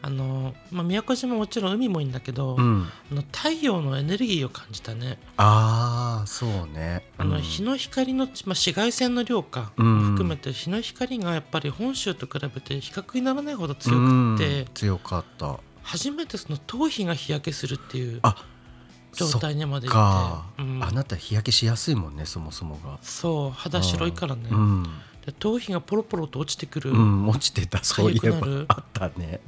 [SPEAKER 1] あの、まあ、宮古島もちろん海もいいんだけど、
[SPEAKER 2] うん、
[SPEAKER 1] あの太陽のエネルギーを感じたね
[SPEAKER 2] ああそうね
[SPEAKER 1] あの
[SPEAKER 2] うん
[SPEAKER 1] 日の光の、まあ、紫外線の量か
[SPEAKER 2] うん
[SPEAKER 1] 含めて日の光がやっぱり本州と比べて比較にならないほど強
[SPEAKER 2] う
[SPEAKER 1] く
[SPEAKER 2] ん
[SPEAKER 1] って
[SPEAKER 2] 強かった
[SPEAKER 1] 初めてその頭皮が日焼けするっていう
[SPEAKER 2] あ
[SPEAKER 1] 状態にまで
[SPEAKER 2] そっ
[SPEAKER 1] 行
[SPEAKER 2] か
[SPEAKER 1] って、うん
[SPEAKER 2] あなた日焼けしやすいもんねそもそもが、
[SPEAKER 1] そう肌白いからね、
[SPEAKER 2] うん、
[SPEAKER 1] で頭皮がポロポロと落ちてくる、
[SPEAKER 2] う
[SPEAKER 1] うん
[SPEAKER 2] ん、落ちてたそういえ
[SPEAKER 1] 痒
[SPEAKER 2] ば
[SPEAKER 1] くなる
[SPEAKER 2] あったね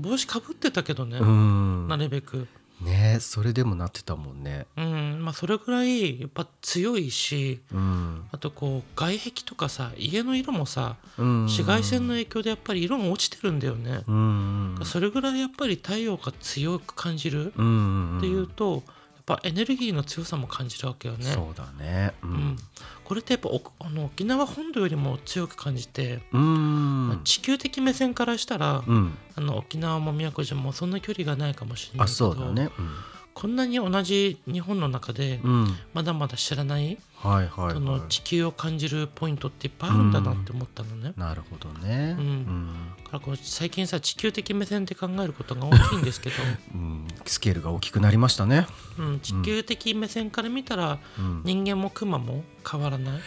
[SPEAKER 1] 帽子かぶってたけどね、
[SPEAKER 2] うん
[SPEAKER 1] なるべく、
[SPEAKER 2] ねそれでもなってたもんね
[SPEAKER 1] うんまあ、それぐらいやっぱ強いし
[SPEAKER 2] うん、
[SPEAKER 1] あとこう外壁とかさ家の色もさ
[SPEAKER 2] うん、
[SPEAKER 1] 紫外線の影響でやっぱり色が落ちてるんだよね、
[SPEAKER 2] うん
[SPEAKER 1] それぐらいやっぱり太陽が強く感じる
[SPEAKER 2] うんうんん
[SPEAKER 1] っていうと、やっぱエネルギーの強さも感じるわけよね。
[SPEAKER 2] そうだねう
[SPEAKER 1] うんん、これってやっぱおあの沖縄本土よりも強く感じて、
[SPEAKER 2] うん、
[SPEAKER 1] まあ地球的目線からしたら、
[SPEAKER 2] うん
[SPEAKER 1] あの沖縄も宮古島もそんな距離がないかもしれない
[SPEAKER 2] あ
[SPEAKER 1] けど
[SPEAKER 2] そうだね、うん
[SPEAKER 1] こんなに同じ日本の中で
[SPEAKER 2] うん
[SPEAKER 1] まだまだ知らない
[SPEAKER 2] はいはい
[SPEAKER 1] そ
[SPEAKER 2] は
[SPEAKER 1] の
[SPEAKER 2] い
[SPEAKER 1] 地球を感じるポイントっていっぱいあるんだなって思ったのね。
[SPEAKER 2] なるほどね
[SPEAKER 1] うん
[SPEAKER 2] うん
[SPEAKER 1] だからこう最近さ地球的目線で考えることが大きいんですけど、
[SPEAKER 2] うんスケールが大きくなりましたね
[SPEAKER 1] うん、地球的目線から見たら
[SPEAKER 2] うん
[SPEAKER 1] 人間もクマも変わらない。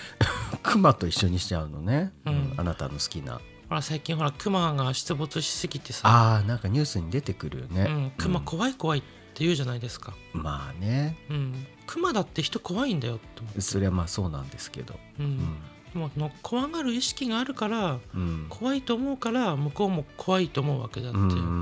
[SPEAKER 2] クマと一緒にしちゃうのね
[SPEAKER 1] うん
[SPEAKER 2] あなたの好きな
[SPEAKER 1] ほら最近ほらクマが出没しすぎてさ、
[SPEAKER 2] あーなんかニュースに出てくるよ
[SPEAKER 1] う
[SPEAKER 2] ね
[SPEAKER 1] ん、クマ怖い怖いって言うじゃないですか。
[SPEAKER 2] うんまあね
[SPEAKER 1] うん、クマだって人怖いんだよって思う。
[SPEAKER 2] それはまあそうなんですけど
[SPEAKER 1] う
[SPEAKER 2] うんん
[SPEAKER 1] でもその怖がる意識があるから
[SPEAKER 2] うん
[SPEAKER 1] 怖いと思うから向こうも怖いと思うわけだって、
[SPEAKER 2] うん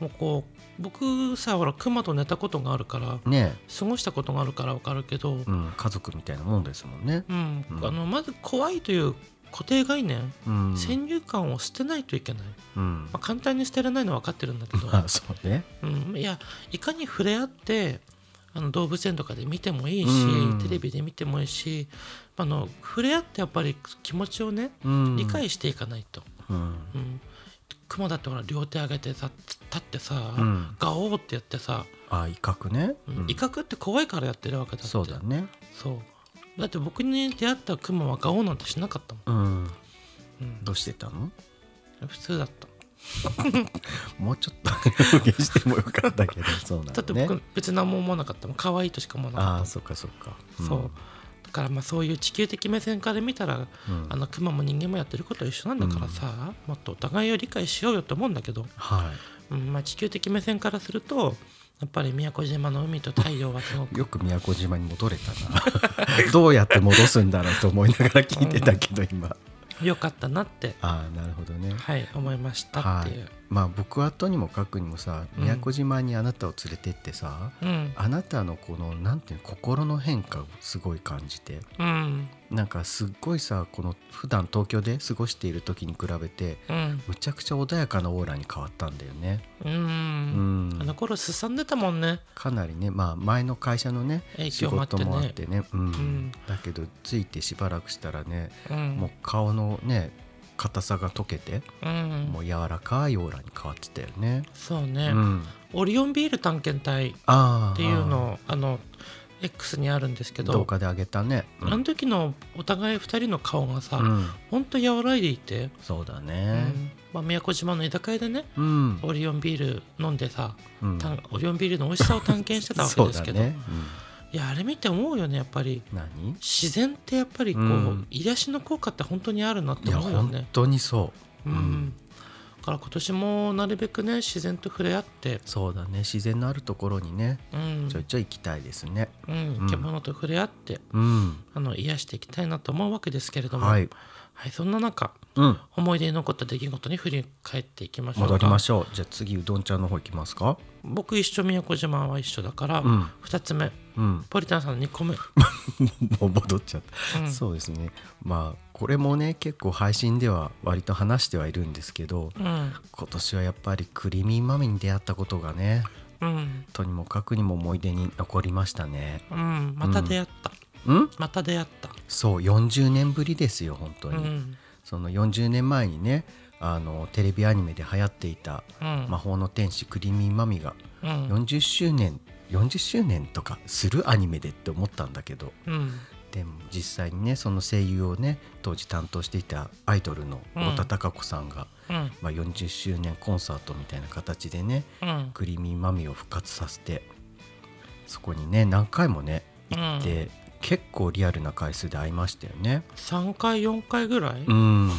[SPEAKER 1] もうこう僕さほらクマと寝たことがあるから
[SPEAKER 2] うんね
[SPEAKER 1] 過ごしたことがあるから分かるけど、うん
[SPEAKER 2] うん家族みたいなもんですもんねうん
[SPEAKER 1] あのまず怖いという固定概念、
[SPEAKER 2] うん
[SPEAKER 1] 先入観を捨てないといけない、
[SPEAKER 2] うん
[SPEAKER 1] まあ、簡単に捨てれないのは分かってるんだけど、
[SPEAKER 2] まあそうね
[SPEAKER 1] うん、いやいかに触れ合ってあの動物園とかで見てもいいし、
[SPEAKER 2] うん
[SPEAKER 1] テレビで見てもいいしあの触れ合ってやっぱり気持ちをね
[SPEAKER 2] うん
[SPEAKER 1] 理解していかないと、
[SPEAKER 2] うん
[SPEAKER 1] うん、クマだってほら両手上げてさつ立ってさ、
[SPEAKER 2] うん
[SPEAKER 1] ガオーってやってさ、
[SPEAKER 2] あ威嚇ね
[SPEAKER 1] うん
[SPEAKER 2] うん
[SPEAKER 1] 威嚇って怖いからやってるわけだって
[SPEAKER 2] そうだね
[SPEAKER 1] そうだって僕に出会ったクマはガオーなんてしなかったも
[SPEAKER 2] うん
[SPEAKER 1] ん、うん
[SPEAKER 2] どうしてたの
[SPEAKER 1] 普通だった
[SPEAKER 2] もうちょっと [laughs] 表現してもよかったけど [laughs] そうな
[SPEAKER 1] だって
[SPEAKER 2] のね
[SPEAKER 1] 僕別に何も思わなかったもん可愛いとしか思わなか
[SPEAKER 2] あ
[SPEAKER 1] っ
[SPEAKER 2] あ
[SPEAKER 1] た
[SPEAKER 2] そっかそっか
[SPEAKER 1] もんそうだからまあそういう地球的目線から見たら
[SPEAKER 2] うんうん
[SPEAKER 1] あのクマも人間もやってることは一緒なんだからさ、もっとお互いを理解しようよと思うんだけど、
[SPEAKER 2] は
[SPEAKER 1] うんまあ、地球的目線からするとやっぱり宮古島の海と太陽はすご
[SPEAKER 2] い
[SPEAKER 1] く
[SPEAKER 2] よく宮古島に戻れたな [laughs] どうやって戻すんだろうと思いながら聞いてたけど今
[SPEAKER 1] 良かったなって、
[SPEAKER 2] ああなるほどね
[SPEAKER 1] はい、思いましたっ
[SPEAKER 2] は
[SPEAKER 1] て
[SPEAKER 2] い
[SPEAKER 1] いう。
[SPEAKER 2] まあ僕はとにもかくにもさ
[SPEAKER 1] うん
[SPEAKER 2] 宮古島にあなたを連れてってさ
[SPEAKER 1] うん、
[SPEAKER 2] あなたのこのなんていうの心の変化をすごい感じて
[SPEAKER 1] うん、
[SPEAKER 2] なんかすっごいさこの普段東京で過ごしている時に比べて
[SPEAKER 1] うん、
[SPEAKER 2] むちゃくちゃ穏やかなオーラに変わったんだよね。
[SPEAKER 1] う、
[SPEAKER 2] うん
[SPEAKER 1] あの
[SPEAKER 2] ん、
[SPEAKER 1] 頃すさんでたもんね。
[SPEAKER 2] かなりね、まあ、前の会社のね
[SPEAKER 1] 影
[SPEAKER 2] 仕
[SPEAKER 1] 響もあって
[SPEAKER 2] 事
[SPEAKER 1] ね
[SPEAKER 2] もあってね、うん
[SPEAKER 1] ん
[SPEAKER 2] だけどついてしばらくしたらね、
[SPEAKER 1] うん、
[SPEAKER 2] もう顔のね硬さが溶けて、
[SPEAKER 1] うん、
[SPEAKER 2] もう柔らかいオーラに変わってたよね。
[SPEAKER 1] そうね、
[SPEAKER 2] うん、
[SPEAKER 1] オリオンビール探検隊っ
[SPEAKER 2] あー
[SPEAKER 1] ていうのをあの X にあるんですけど、
[SPEAKER 2] 動画であげたね。うん
[SPEAKER 1] あの時のお互い2人の顔がさ、
[SPEAKER 2] うん
[SPEAKER 1] ほんと和らいでいて、
[SPEAKER 2] そうだ
[SPEAKER 1] う
[SPEAKER 2] ね。
[SPEAKER 1] んまあ、宮古島の居酒屋でね
[SPEAKER 2] うん、
[SPEAKER 1] オリオンビール飲んでさ、
[SPEAKER 2] うん
[SPEAKER 1] たオリオンビールの美味しさを探検してたわけですけど、
[SPEAKER 2] [laughs] そうだね
[SPEAKER 1] いやあれ見て思うよねやっぱり
[SPEAKER 2] うん、何
[SPEAKER 1] 自然ってやっぱりこう、
[SPEAKER 2] うん
[SPEAKER 1] 癒しの効果って本当にあるなっ
[SPEAKER 2] い
[SPEAKER 1] て
[SPEAKER 2] や
[SPEAKER 1] 思うよ
[SPEAKER 2] 本
[SPEAKER 1] ね。
[SPEAKER 2] 当にそう。
[SPEAKER 1] うんだから今年もなるべくね自然と触れ合って、
[SPEAKER 2] そうだね自然のあるところにね
[SPEAKER 1] うん
[SPEAKER 2] ちょいちょい行きたいですね。
[SPEAKER 1] うん
[SPEAKER 2] う
[SPEAKER 1] 生
[SPEAKER 2] ん
[SPEAKER 1] き物と触れ合って
[SPEAKER 2] うん、
[SPEAKER 1] あの癒していきたいなと思うわけですけれども、
[SPEAKER 2] はい、
[SPEAKER 1] はいそんな中
[SPEAKER 2] うん、
[SPEAKER 1] 思い出に残った出来事に振り返っていきましょうか
[SPEAKER 2] 戻りましょう。じゃあ次うどんちゃんの方行きますか。
[SPEAKER 1] 僕一緒宮古島は一緒だから、
[SPEAKER 2] う
[SPEAKER 1] 二
[SPEAKER 2] ん、
[SPEAKER 1] 2つ目
[SPEAKER 2] うん、 [laughs]
[SPEAKER 1] ポリタンさんの2個目、
[SPEAKER 2] もう戻っちゃった。
[SPEAKER 1] うん
[SPEAKER 2] そうですねまあこれもね結構配信では割と話してはいるんですけど
[SPEAKER 1] うん
[SPEAKER 2] 今年はやっぱりクリーミーマミに出会ったことがね
[SPEAKER 1] うん
[SPEAKER 2] とにもかくにも思い出に残りましたね
[SPEAKER 1] うんまた出会った、
[SPEAKER 2] うん
[SPEAKER 1] また出会った
[SPEAKER 2] そう40年ぶりですよ本当
[SPEAKER 1] う
[SPEAKER 2] に、
[SPEAKER 1] ん
[SPEAKER 2] その40年前にねあのテレビアニメで流行っていた
[SPEAKER 1] うん
[SPEAKER 2] 「魔法の天使クリーミーマミ」が
[SPEAKER 1] うん
[SPEAKER 2] 40周年40周年とかするアニメでって思ったんだけど
[SPEAKER 1] うん
[SPEAKER 2] でも実際にねその声優をね当時担当していたアイドルの
[SPEAKER 1] うん
[SPEAKER 2] 太田孝子さんが、
[SPEAKER 1] うん
[SPEAKER 2] まあ、40周年コンサートみたいな形でね
[SPEAKER 1] うん
[SPEAKER 2] 「クリーミーマミ」を復活させてそこにね何回もね行って、結構リアルな回数で会いましたよね。
[SPEAKER 1] 3回4回ぐらい、
[SPEAKER 2] うん、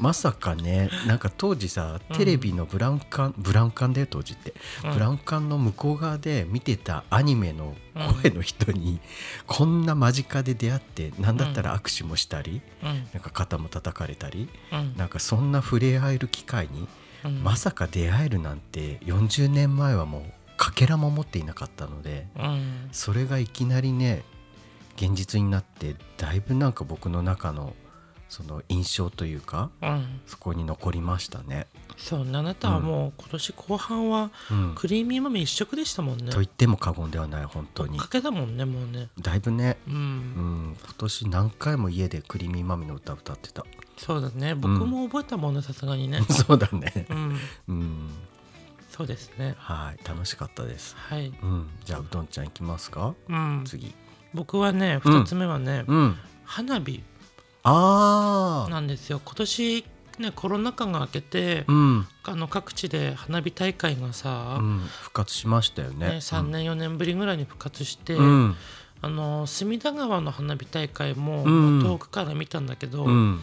[SPEAKER 2] まさかねなんか当時さテレビのブラウン管ブラウン管だよ当時って、
[SPEAKER 1] うん
[SPEAKER 2] ブラウン管の向こう側で見てたアニメの声の人にこんな間近で出会ってなんだったら握手もしたり、
[SPEAKER 1] うん
[SPEAKER 2] なんか肩も叩かれたり
[SPEAKER 1] うん
[SPEAKER 2] なんかそんな触れ合える機会に
[SPEAKER 1] うん
[SPEAKER 2] まさか出会えるなんて40年前はもうかけらも持っていなかったので
[SPEAKER 1] うん
[SPEAKER 2] それがいきなりね現実になってだいぶなんか僕の中のその印象というか
[SPEAKER 1] うん
[SPEAKER 2] そこに残りましたね。
[SPEAKER 1] そうねあなたはもう今年後半は
[SPEAKER 2] うん、
[SPEAKER 1] クリーミーマミ一色でしたもんね
[SPEAKER 2] と言っても過言ではない本当
[SPEAKER 1] 追
[SPEAKER 2] に
[SPEAKER 1] っかけだもんねもうね
[SPEAKER 2] だいぶね
[SPEAKER 1] うん、
[SPEAKER 2] うん、今年何回も家でクリーミーマミの歌歌ってた [laughs]
[SPEAKER 1] そうだね僕も覚えたもんねさすがにね
[SPEAKER 2] そうだね
[SPEAKER 1] うん
[SPEAKER 2] うん
[SPEAKER 1] そうですね
[SPEAKER 2] はい楽しかったです
[SPEAKER 1] はい、
[SPEAKER 2] うんじゃあうどんちゃん行きますか
[SPEAKER 1] うん、
[SPEAKER 2] 次
[SPEAKER 1] 僕はね
[SPEAKER 2] うん
[SPEAKER 1] 2つ目はね、
[SPEAKER 2] うん
[SPEAKER 1] 花火
[SPEAKER 2] ああ
[SPEAKER 1] なんですよ今年ねコロナ禍が明けて、
[SPEAKER 2] うん、
[SPEAKER 1] あの各地で花火大会がさ、
[SPEAKER 2] うん、復活しましたよね
[SPEAKER 1] ね3年4年ぶりぐらいに復活して、
[SPEAKER 2] うん
[SPEAKER 1] あの隅田川の花火大会も,、
[SPEAKER 2] うん
[SPEAKER 1] 遠くから見たんだけど、
[SPEAKER 2] う
[SPEAKER 1] うん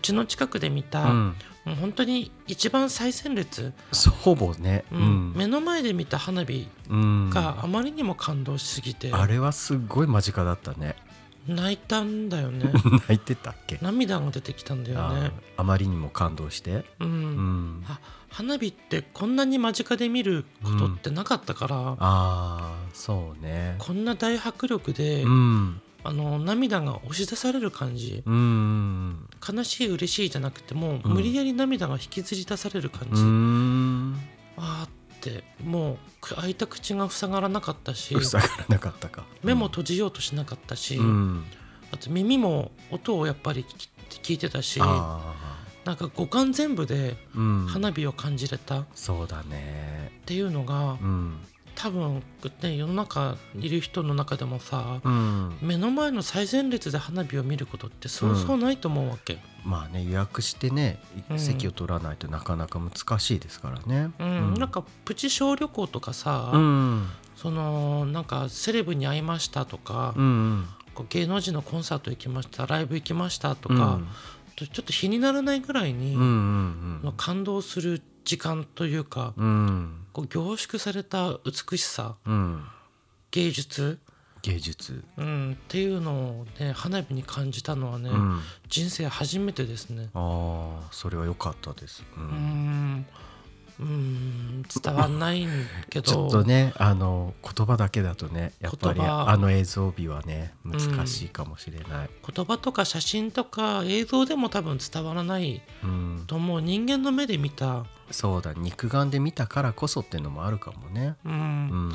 [SPEAKER 1] ちの近くで見た、
[SPEAKER 2] うん
[SPEAKER 1] もう本当に一番最先列、
[SPEAKER 2] そうほぼね
[SPEAKER 1] うん目の前で見た花火
[SPEAKER 2] うん
[SPEAKER 1] があまりにも感動しすぎて、
[SPEAKER 2] あれはすっごい間近だったね [laughs]
[SPEAKER 1] 泣いたんだよね
[SPEAKER 2] 泣いてたっけ
[SPEAKER 1] 涙が出てきたんだよ
[SPEAKER 2] あ
[SPEAKER 1] ね。
[SPEAKER 2] ーあまりにも感動して
[SPEAKER 1] うん
[SPEAKER 2] うん
[SPEAKER 1] あ花火ってこんなに間近で見ることってなかったから、
[SPEAKER 2] ああそうね
[SPEAKER 1] こんな大迫力で、
[SPEAKER 2] うん
[SPEAKER 1] あの涙が押し出される感じ
[SPEAKER 2] うん
[SPEAKER 1] 悲しい嬉しいじゃなくてもう、
[SPEAKER 2] うん
[SPEAKER 1] 無理やり涙が引きずり出される感
[SPEAKER 2] う
[SPEAKER 1] じ、
[SPEAKER 2] ん
[SPEAKER 1] あーってもうく開いた口が塞がらなかったし
[SPEAKER 2] うさがらなかったか
[SPEAKER 1] 目も閉じようとしなかったし、
[SPEAKER 2] うん
[SPEAKER 1] あと耳も音をやっぱり聞き聞いてたしな
[SPEAKER 2] あ
[SPEAKER 1] んか五感全部で
[SPEAKER 2] ーうん
[SPEAKER 1] 花火を感じれたっ
[SPEAKER 2] そうだね
[SPEAKER 1] ていうのが、
[SPEAKER 2] うん
[SPEAKER 1] 多分、ね、世の中にいる人の中でもさ、
[SPEAKER 2] うん
[SPEAKER 1] 目の前の最前列で花火を見ることってそうそうないと思うわけ。
[SPEAKER 2] まあね予約してね
[SPEAKER 1] うん
[SPEAKER 2] 席を取らないとなかなか難しいですからね
[SPEAKER 1] うんなんかプチ小旅行とかさ、
[SPEAKER 2] うん
[SPEAKER 1] そのなんかセレブに会いましたとか、
[SPEAKER 2] うん
[SPEAKER 1] こう芸能人のコンサート行きましたライブ行きましたと
[SPEAKER 2] うん
[SPEAKER 1] か、ちょちょっと比にならないぐらいに、
[SPEAKER 2] うんうん
[SPEAKER 1] まあ感動する時間というか、
[SPEAKER 2] うんうん
[SPEAKER 1] こう凝縮された美しさ
[SPEAKER 2] うん
[SPEAKER 1] 芸術、
[SPEAKER 2] 芸術
[SPEAKER 1] うん、っていうのを、ね、花火に感じたのはね、
[SPEAKER 2] うん
[SPEAKER 1] 人生初めてですね。
[SPEAKER 2] ああそれは良かったですう
[SPEAKER 1] うー
[SPEAKER 2] ん
[SPEAKER 1] んうーん伝わんないけど
[SPEAKER 2] [laughs] ちょっとねあの言葉だけだとねやっぱり
[SPEAKER 1] 言葉
[SPEAKER 2] あの映像美はね難しいかもしれない
[SPEAKER 1] 言葉とか写真とか映像でも多分伝わらない
[SPEAKER 2] うん
[SPEAKER 1] と思う人間の目で見た、
[SPEAKER 2] そうだ肉眼で見たからこそっていうのもあるかもね
[SPEAKER 1] うん
[SPEAKER 2] うん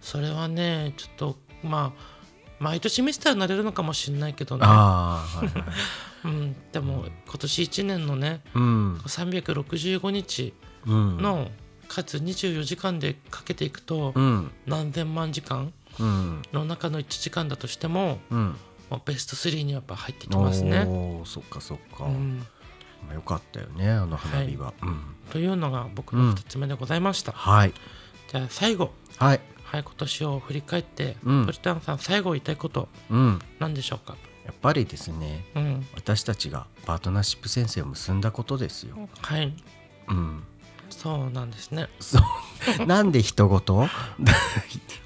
[SPEAKER 1] それはねちょっとまあ毎年見せたらなれるのかもしれないけどね、
[SPEAKER 2] ああはいはい
[SPEAKER 1] うん、でも今年1年のね [laughs]
[SPEAKER 2] うん
[SPEAKER 1] 365日
[SPEAKER 2] うん
[SPEAKER 1] のかつ24時間でかけていくと
[SPEAKER 2] うん
[SPEAKER 1] 何千万時間
[SPEAKER 2] うん
[SPEAKER 1] の中の1時間だとしても、
[SPEAKER 2] うん
[SPEAKER 1] まあ、ベスト3にやっぱ入ってきますね。
[SPEAKER 2] おーそっかそっか、
[SPEAKER 1] うん、
[SPEAKER 2] まあ、よかったよねあの花火は、うん
[SPEAKER 1] というのが僕の2つ目でございました。
[SPEAKER 2] はい
[SPEAKER 1] じゃあ最後
[SPEAKER 2] はい
[SPEAKER 1] はい、今年を振り返って、
[SPEAKER 2] うん
[SPEAKER 1] ブリタンさん、最後言いたいこと、
[SPEAKER 2] うん
[SPEAKER 1] なんでしょうか。
[SPEAKER 2] やっぱりですね
[SPEAKER 1] うん、
[SPEAKER 2] 私たちがパートナーシップ先生を結んだことですよ、
[SPEAKER 1] はい、
[SPEAKER 2] うん、
[SPEAKER 1] そうなんですね。
[SPEAKER 2] そ
[SPEAKER 1] [laughs]
[SPEAKER 2] うなんで人事 [laughs]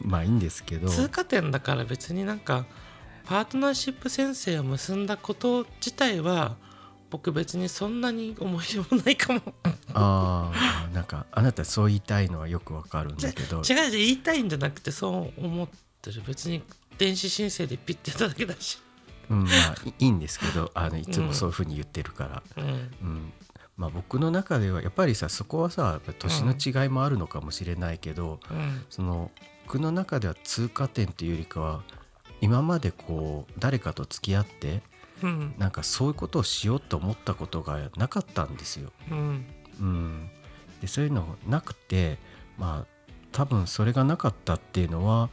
[SPEAKER 2] まあいいんですけど
[SPEAKER 1] 通過点だから、別になんか。パートナーシップ先生を結んだこと自体は。僕別にそんなに思い入れもないかも。
[SPEAKER 2] あーなんかあなたそう言いたいのはよくわかるんだけど
[SPEAKER 1] 違う違う、言いたいんじゃなくて、そう思ってる、別に。電子申請でピッてやっただけだし。
[SPEAKER 2] うんまあ、いいいんですけどあのいつもそういうふうに言ってるか
[SPEAKER 1] うん、
[SPEAKER 2] ら、うんまあ、僕の中ではやっぱりさそこはさやっぱ年の違いもあるのかもしれないけど、
[SPEAKER 1] うん、
[SPEAKER 2] その僕の中では通過点というよりかは今までこう誰かと付き合って
[SPEAKER 1] うん、
[SPEAKER 2] なんかそういうことをしようと思ったことがなかったんですよ。
[SPEAKER 1] うん、
[SPEAKER 2] うん、でそういうのなくてまあ多分それがなかったっていうのは、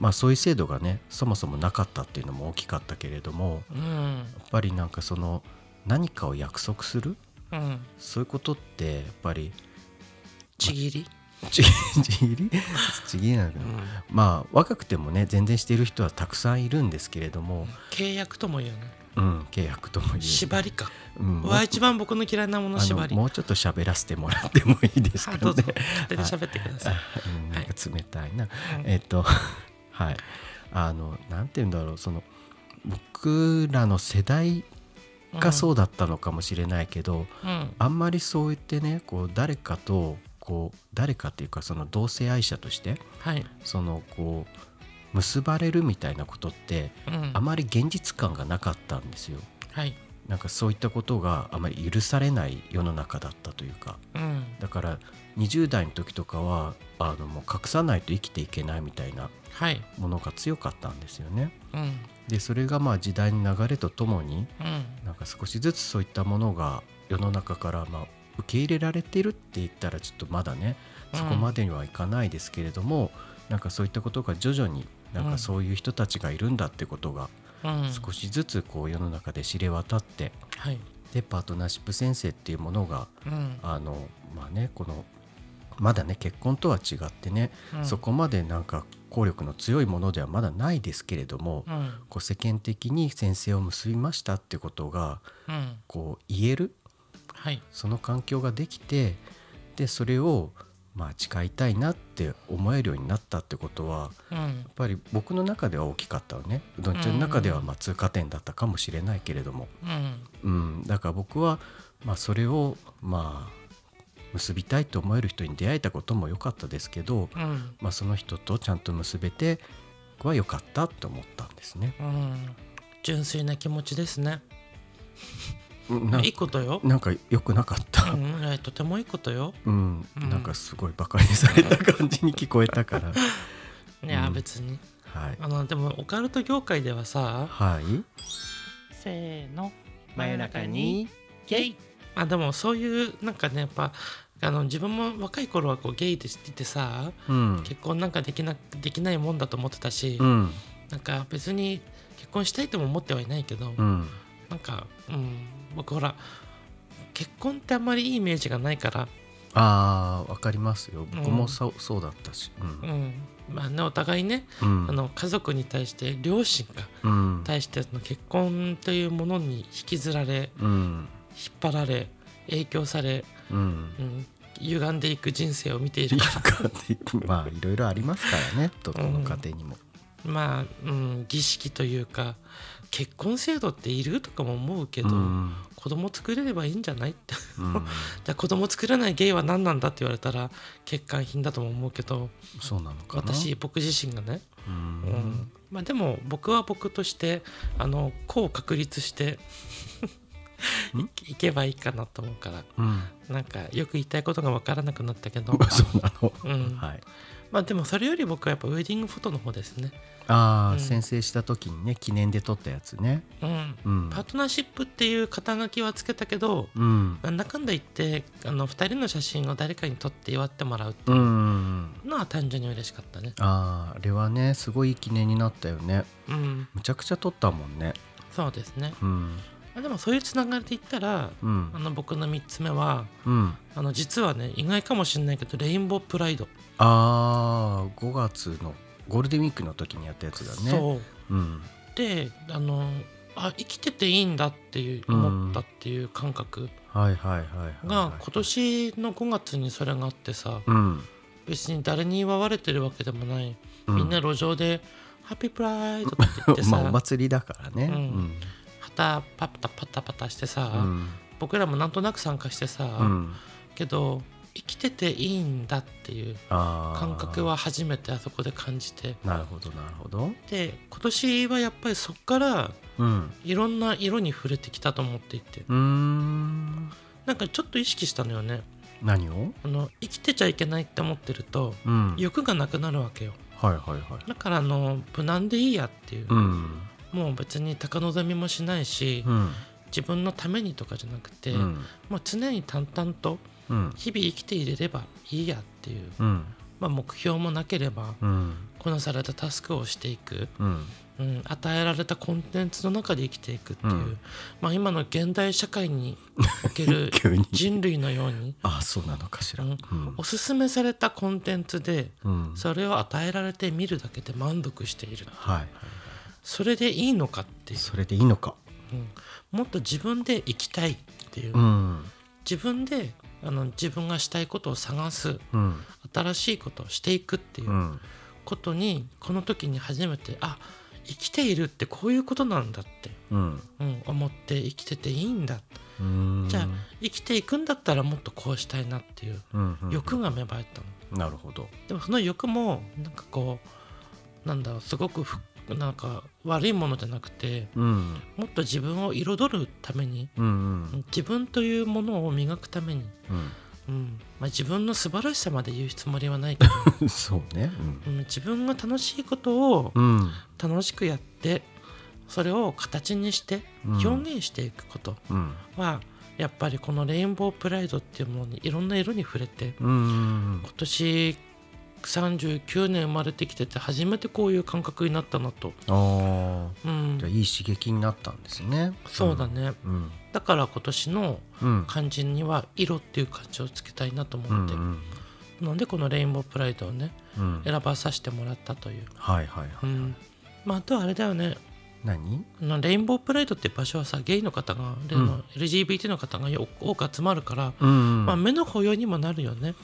[SPEAKER 2] まあ、そういう制度がねそもそもなかったっていうのも大きかったけれども
[SPEAKER 1] うん、
[SPEAKER 2] やっぱりなんかその何かを約束する
[SPEAKER 1] うん、
[SPEAKER 2] そういうことってやっぱり [laughs]
[SPEAKER 1] ちぎり。
[SPEAKER 2] ちちぎり [laughs] ちぎりなんだけど
[SPEAKER 1] うん
[SPEAKER 2] まあ若くてもね全然している人はたくさんいるんですけれども、
[SPEAKER 1] 契約とも言うね。
[SPEAKER 2] うん、契約とも言う
[SPEAKER 1] 縛りか。
[SPEAKER 2] うん、
[SPEAKER 1] は一番僕の嫌いなもの
[SPEAKER 2] あ
[SPEAKER 1] 縛
[SPEAKER 2] の
[SPEAKER 1] り。
[SPEAKER 2] もうちょっと喋らせてもらってもいいです
[SPEAKER 1] はい
[SPEAKER 2] か
[SPEAKER 1] どうぞ
[SPEAKER 2] ね。
[SPEAKER 1] 勝手に喋ってください。
[SPEAKER 2] うんなんか冷たいな、
[SPEAKER 1] い
[SPEAKER 2] えっと [laughs] はいあのなんて言うんだろうその僕らの世代がそうだったのかもしれないけど、
[SPEAKER 1] うん
[SPEAKER 2] あんまりそう言ってねこう誰かとこう誰かっていうかその同性愛者として
[SPEAKER 1] はい。
[SPEAKER 2] そのこう結ばれるみたいなことって
[SPEAKER 1] うん
[SPEAKER 2] あまり現実感がなかったんですよ
[SPEAKER 1] はい。
[SPEAKER 2] なんかそういったことがあまり許されない世の中だったというか
[SPEAKER 1] うん。
[SPEAKER 2] だから20代の時とかはあのもう隠さないと生きていけないみたいな
[SPEAKER 1] はい。
[SPEAKER 2] ものが強かったんですよね
[SPEAKER 1] うん。
[SPEAKER 2] でそれがまあ時代の流れとともに
[SPEAKER 1] うん。
[SPEAKER 2] なんか少しずつそういったものが世の中からまあ受け入れられてるって言ったらちょっとまだねそこまでにはいかないですけれども、なんかそういったことが徐々になん
[SPEAKER 1] うん
[SPEAKER 2] かそういう人たちがいるんだってことが
[SPEAKER 1] うん
[SPEAKER 2] 少しずつこう世の中で知れ渡って
[SPEAKER 1] はい
[SPEAKER 2] でパートナーシップ先生っていうものが
[SPEAKER 1] うん
[SPEAKER 2] あのまあねこのまだね結婚とは違ってね、
[SPEAKER 1] うん
[SPEAKER 2] そこまでなんか効力の強いものではまだないですけれども、
[SPEAKER 1] うん
[SPEAKER 2] こう世間的に先生を結びましたってことが
[SPEAKER 1] うん
[SPEAKER 2] こう言える
[SPEAKER 1] はい
[SPEAKER 2] その環境ができてでそれをまあ誓いたいなって思えるようになったってことは
[SPEAKER 1] うん
[SPEAKER 2] やっぱり僕の中では大きかったのねうどんちゃんの中ではまあ通過点だったかもしれないけれども、
[SPEAKER 1] うん
[SPEAKER 2] うん、だから僕はまあそれをまあ結びたいと思える人に出会えたことも良かったですけど、
[SPEAKER 1] うん
[SPEAKER 2] まあ、その人とちゃんと結べて僕は良かったと思ったんですね。
[SPEAKER 1] うん純粋な気持ちですね
[SPEAKER 2] うんなん
[SPEAKER 1] いいことよ、
[SPEAKER 2] なんか良くなかった
[SPEAKER 1] う。ん、いやとてもいいことよ
[SPEAKER 2] うん、
[SPEAKER 1] うん
[SPEAKER 2] なんかすごいバカにされた感じに聞こえたから。
[SPEAKER 1] いや、
[SPEAKER 2] うん
[SPEAKER 1] 別に
[SPEAKER 2] はい。
[SPEAKER 1] あのでもオカルト業界ではさ
[SPEAKER 2] はい。
[SPEAKER 1] せーの
[SPEAKER 2] ゲイ。
[SPEAKER 1] あでもそういうなんかねやっぱあの自分も若い頃はこうゲイでしててさ
[SPEAKER 2] うん。
[SPEAKER 1] 結婚なんかできなできないもんだと思ってたし、
[SPEAKER 2] うん。
[SPEAKER 1] なんか別に結婚したいとも思ってはいないけど、
[SPEAKER 2] うん。
[SPEAKER 1] なんか、うん、僕ほら結婚ってあんまりいいイメージがないから、
[SPEAKER 2] ああ、わかりますよ。僕
[SPEAKER 1] う
[SPEAKER 2] も
[SPEAKER 1] ん
[SPEAKER 2] そう、そうだったし。
[SPEAKER 1] う
[SPEAKER 2] うん
[SPEAKER 1] まあね、お互いね、
[SPEAKER 2] ん。うん
[SPEAKER 1] あ。の家族に対して両親が
[SPEAKER 2] うん。
[SPEAKER 1] 対してその結婚というものに引きずられ
[SPEAKER 2] うん。
[SPEAKER 1] 引っ張られ影響され、
[SPEAKER 2] うん
[SPEAKER 1] う。ん、歪んでいく人生を見てい
[SPEAKER 2] い
[SPEAKER 1] る
[SPEAKER 2] い
[SPEAKER 1] か
[SPEAKER 2] 家庭まあいろいろありますからねどこの家庭にも、
[SPEAKER 1] らまあ、うん、儀式というか結婚制度っているとかも思うけど、
[SPEAKER 2] うん
[SPEAKER 1] 子供作れればいいんじゃない [laughs] って
[SPEAKER 2] うん
[SPEAKER 1] じゃあ子供作らないゲイは何なんだって言われたら欠陥品だとも思うけど
[SPEAKER 2] そうなのかな
[SPEAKER 1] 私僕自身がね、
[SPEAKER 2] う
[SPEAKER 1] うん
[SPEAKER 2] ん、
[SPEAKER 1] まあ、でも僕は僕としてあの子を確立して
[SPEAKER 2] ん
[SPEAKER 1] いいけばいいかなと思うから
[SPEAKER 2] うん、
[SPEAKER 1] なんかよく言いたいことが分からなくなったけど、
[SPEAKER 2] そうなの、
[SPEAKER 1] うん
[SPEAKER 2] はい
[SPEAKER 1] まあでもそれより僕はやっぱウェディングフォトの方ですね、
[SPEAKER 2] ああ、
[SPEAKER 1] うん
[SPEAKER 2] 先制した時にね記念で撮ったやつね
[SPEAKER 1] うん、
[SPEAKER 2] うん
[SPEAKER 1] パートナーシップっていう肩書きはつけたけど
[SPEAKER 2] うん
[SPEAKER 1] なんだかんだ言ってあの2人の写真を誰かに撮って祝ってもらうって
[SPEAKER 2] う
[SPEAKER 1] いうんのは単純に嬉しかったね
[SPEAKER 2] あーあれはねすごい記念になったよね
[SPEAKER 1] うん
[SPEAKER 2] むちゃくちゃ撮ったもんね
[SPEAKER 1] そうですね
[SPEAKER 2] うん
[SPEAKER 1] あでもそういうつながりで言ったら
[SPEAKER 2] うん
[SPEAKER 1] あの僕の3つ目は
[SPEAKER 2] うん
[SPEAKER 1] あの実はね意外かもしれないけどレインボープライド、
[SPEAKER 2] あー5月のゴールデンウィークの時にやったやつだね
[SPEAKER 1] そう
[SPEAKER 2] う、ん、
[SPEAKER 1] であのあ生きてていいんだっていう思ったっていう感覚
[SPEAKER 2] はいはいはいはい、
[SPEAKER 1] が
[SPEAKER 2] はい、
[SPEAKER 1] 今年の5月にそれがあってさ
[SPEAKER 2] うん、
[SPEAKER 1] 別に誰に祝われてるわけでもない
[SPEAKER 2] うん
[SPEAKER 1] みんな路上で「ハッピープライド」って言って
[SPEAKER 2] [laughs] まあお
[SPEAKER 1] さ
[SPEAKER 2] 祭りだからね
[SPEAKER 1] う
[SPEAKER 2] うんん
[SPEAKER 1] 旗パタパタパタして
[SPEAKER 2] う
[SPEAKER 1] さ
[SPEAKER 2] ん
[SPEAKER 1] 僕らもなんとなく参加して
[SPEAKER 2] う
[SPEAKER 1] さ
[SPEAKER 2] ん
[SPEAKER 1] けど生きてていいんだっていう
[SPEAKER 2] あー
[SPEAKER 1] 感覚は初めてあそこで感じて
[SPEAKER 2] なるほどなるほど
[SPEAKER 1] で今年はやっぱりそっから
[SPEAKER 2] うん
[SPEAKER 1] いろんな色に触れてきたと思っていて
[SPEAKER 2] うーん
[SPEAKER 1] なんかちょっと意識したのよね
[SPEAKER 2] 何を
[SPEAKER 1] あの生きてちゃいけないって思ってると
[SPEAKER 2] うんはい
[SPEAKER 1] 欲がなくなるわけよ
[SPEAKER 2] はいはい
[SPEAKER 1] だからあの無難でいいやっていう、
[SPEAKER 2] うん
[SPEAKER 1] もう別に高望みもしないし、
[SPEAKER 2] うん
[SPEAKER 1] 自分のためにとかじゃなくて、
[SPEAKER 2] うん
[SPEAKER 1] もう常に淡々と
[SPEAKER 2] うん
[SPEAKER 1] 日々生きていれればいいやっていう、
[SPEAKER 2] うん
[SPEAKER 1] まあ、目標もなければ
[SPEAKER 2] うん
[SPEAKER 1] こなされたタスクをしていく、
[SPEAKER 2] うん
[SPEAKER 1] うん、与えられたコンテンツの中で生きていくっていう、
[SPEAKER 2] うん
[SPEAKER 1] まあ、今の現代社会における
[SPEAKER 2] [laughs] 急に
[SPEAKER 1] 人類のように、
[SPEAKER 2] あそうなのかし
[SPEAKER 1] う
[SPEAKER 2] ら
[SPEAKER 1] ん、おすすめされたコンテンツで
[SPEAKER 2] うん
[SPEAKER 1] それを与えられて見るだけで満足している
[SPEAKER 2] はい
[SPEAKER 1] それでいいのかっていう、
[SPEAKER 2] それでいいのか
[SPEAKER 1] うんもっと自分で生きたいっていう、
[SPEAKER 2] うん
[SPEAKER 1] 自分であの自分がしたいことを探す
[SPEAKER 2] うん
[SPEAKER 1] 新しいことをしていくっていううんことに、この時に初めてあ生きているってこういうことなんだって、
[SPEAKER 2] うん
[SPEAKER 1] うん、思って生きてていいんだ
[SPEAKER 2] うん
[SPEAKER 1] じゃあ生きていくんだったらもっとこうしたいなっていう
[SPEAKER 2] うんうん
[SPEAKER 1] 欲が芽生えたの、
[SPEAKER 2] なるほど
[SPEAKER 1] でもその欲もなんかこうなんだろうすごくふなんか悪いものじゃなくて
[SPEAKER 2] うん
[SPEAKER 1] もっと自分を彩るために
[SPEAKER 2] うんうん
[SPEAKER 1] 自分というものを磨くために、
[SPEAKER 2] う
[SPEAKER 1] うんまあ、自分の素晴らしさまで言うつもりは
[SPEAKER 2] [laughs]
[SPEAKER 1] ないけど、
[SPEAKER 2] んそうね
[SPEAKER 1] うん、自分が楽しいことを
[SPEAKER 2] うんうん
[SPEAKER 1] 楽しくやってそれを形にして
[SPEAKER 2] うん
[SPEAKER 1] 表現していくこと
[SPEAKER 2] うん
[SPEAKER 1] はやっぱりこのレインボープライドっていうものにいろんな色に触れて
[SPEAKER 2] うんうん
[SPEAKER 1] 今年39年生まれてきてて初めてこういう感覚になったなと、
[SPEAKER 2] うんあ
[SPEAKER 1] う
[SPEAKER 2] あ
[SPEAKER 1] ん
[SPEAKER 2] じゃあ、いい刺激になったんですね
[SPEAKER 1] そうだね、
[SPEAKER 2] うん
[SPEAKER 1] だから今年の
[SPEAKER 2] うん
[SPEAKER 1] 漢字には「色」っていう漢字をつけたいなと
[SPEAKER 2] う
[SPEAKER 1] 思
[SPEAKER 2] ん
[SPEAKER 1] って、
[SPEAKER 2] うん
[SPEAKER 1] なんでこの「レインボープライド」をね
[SPEAKER 2] うん
[SPEAKER 1] 選ばさせてもらったという、
[SPEAKER 2] はいはいはい
[SPEAKER 1] うんまあ、あとはあれだよね
[SPEAKER 2] 何
[SPEAKER 1] あのレインボープライドって場所はさゲイの方が、で
[SPEAKER 2] うん
[SPEAKER 1] あの LGBT の方がよ多く集まるから、
[SPEAKER 2] うん
[SPEAKER 1] まあ、目の保養にもなるよね、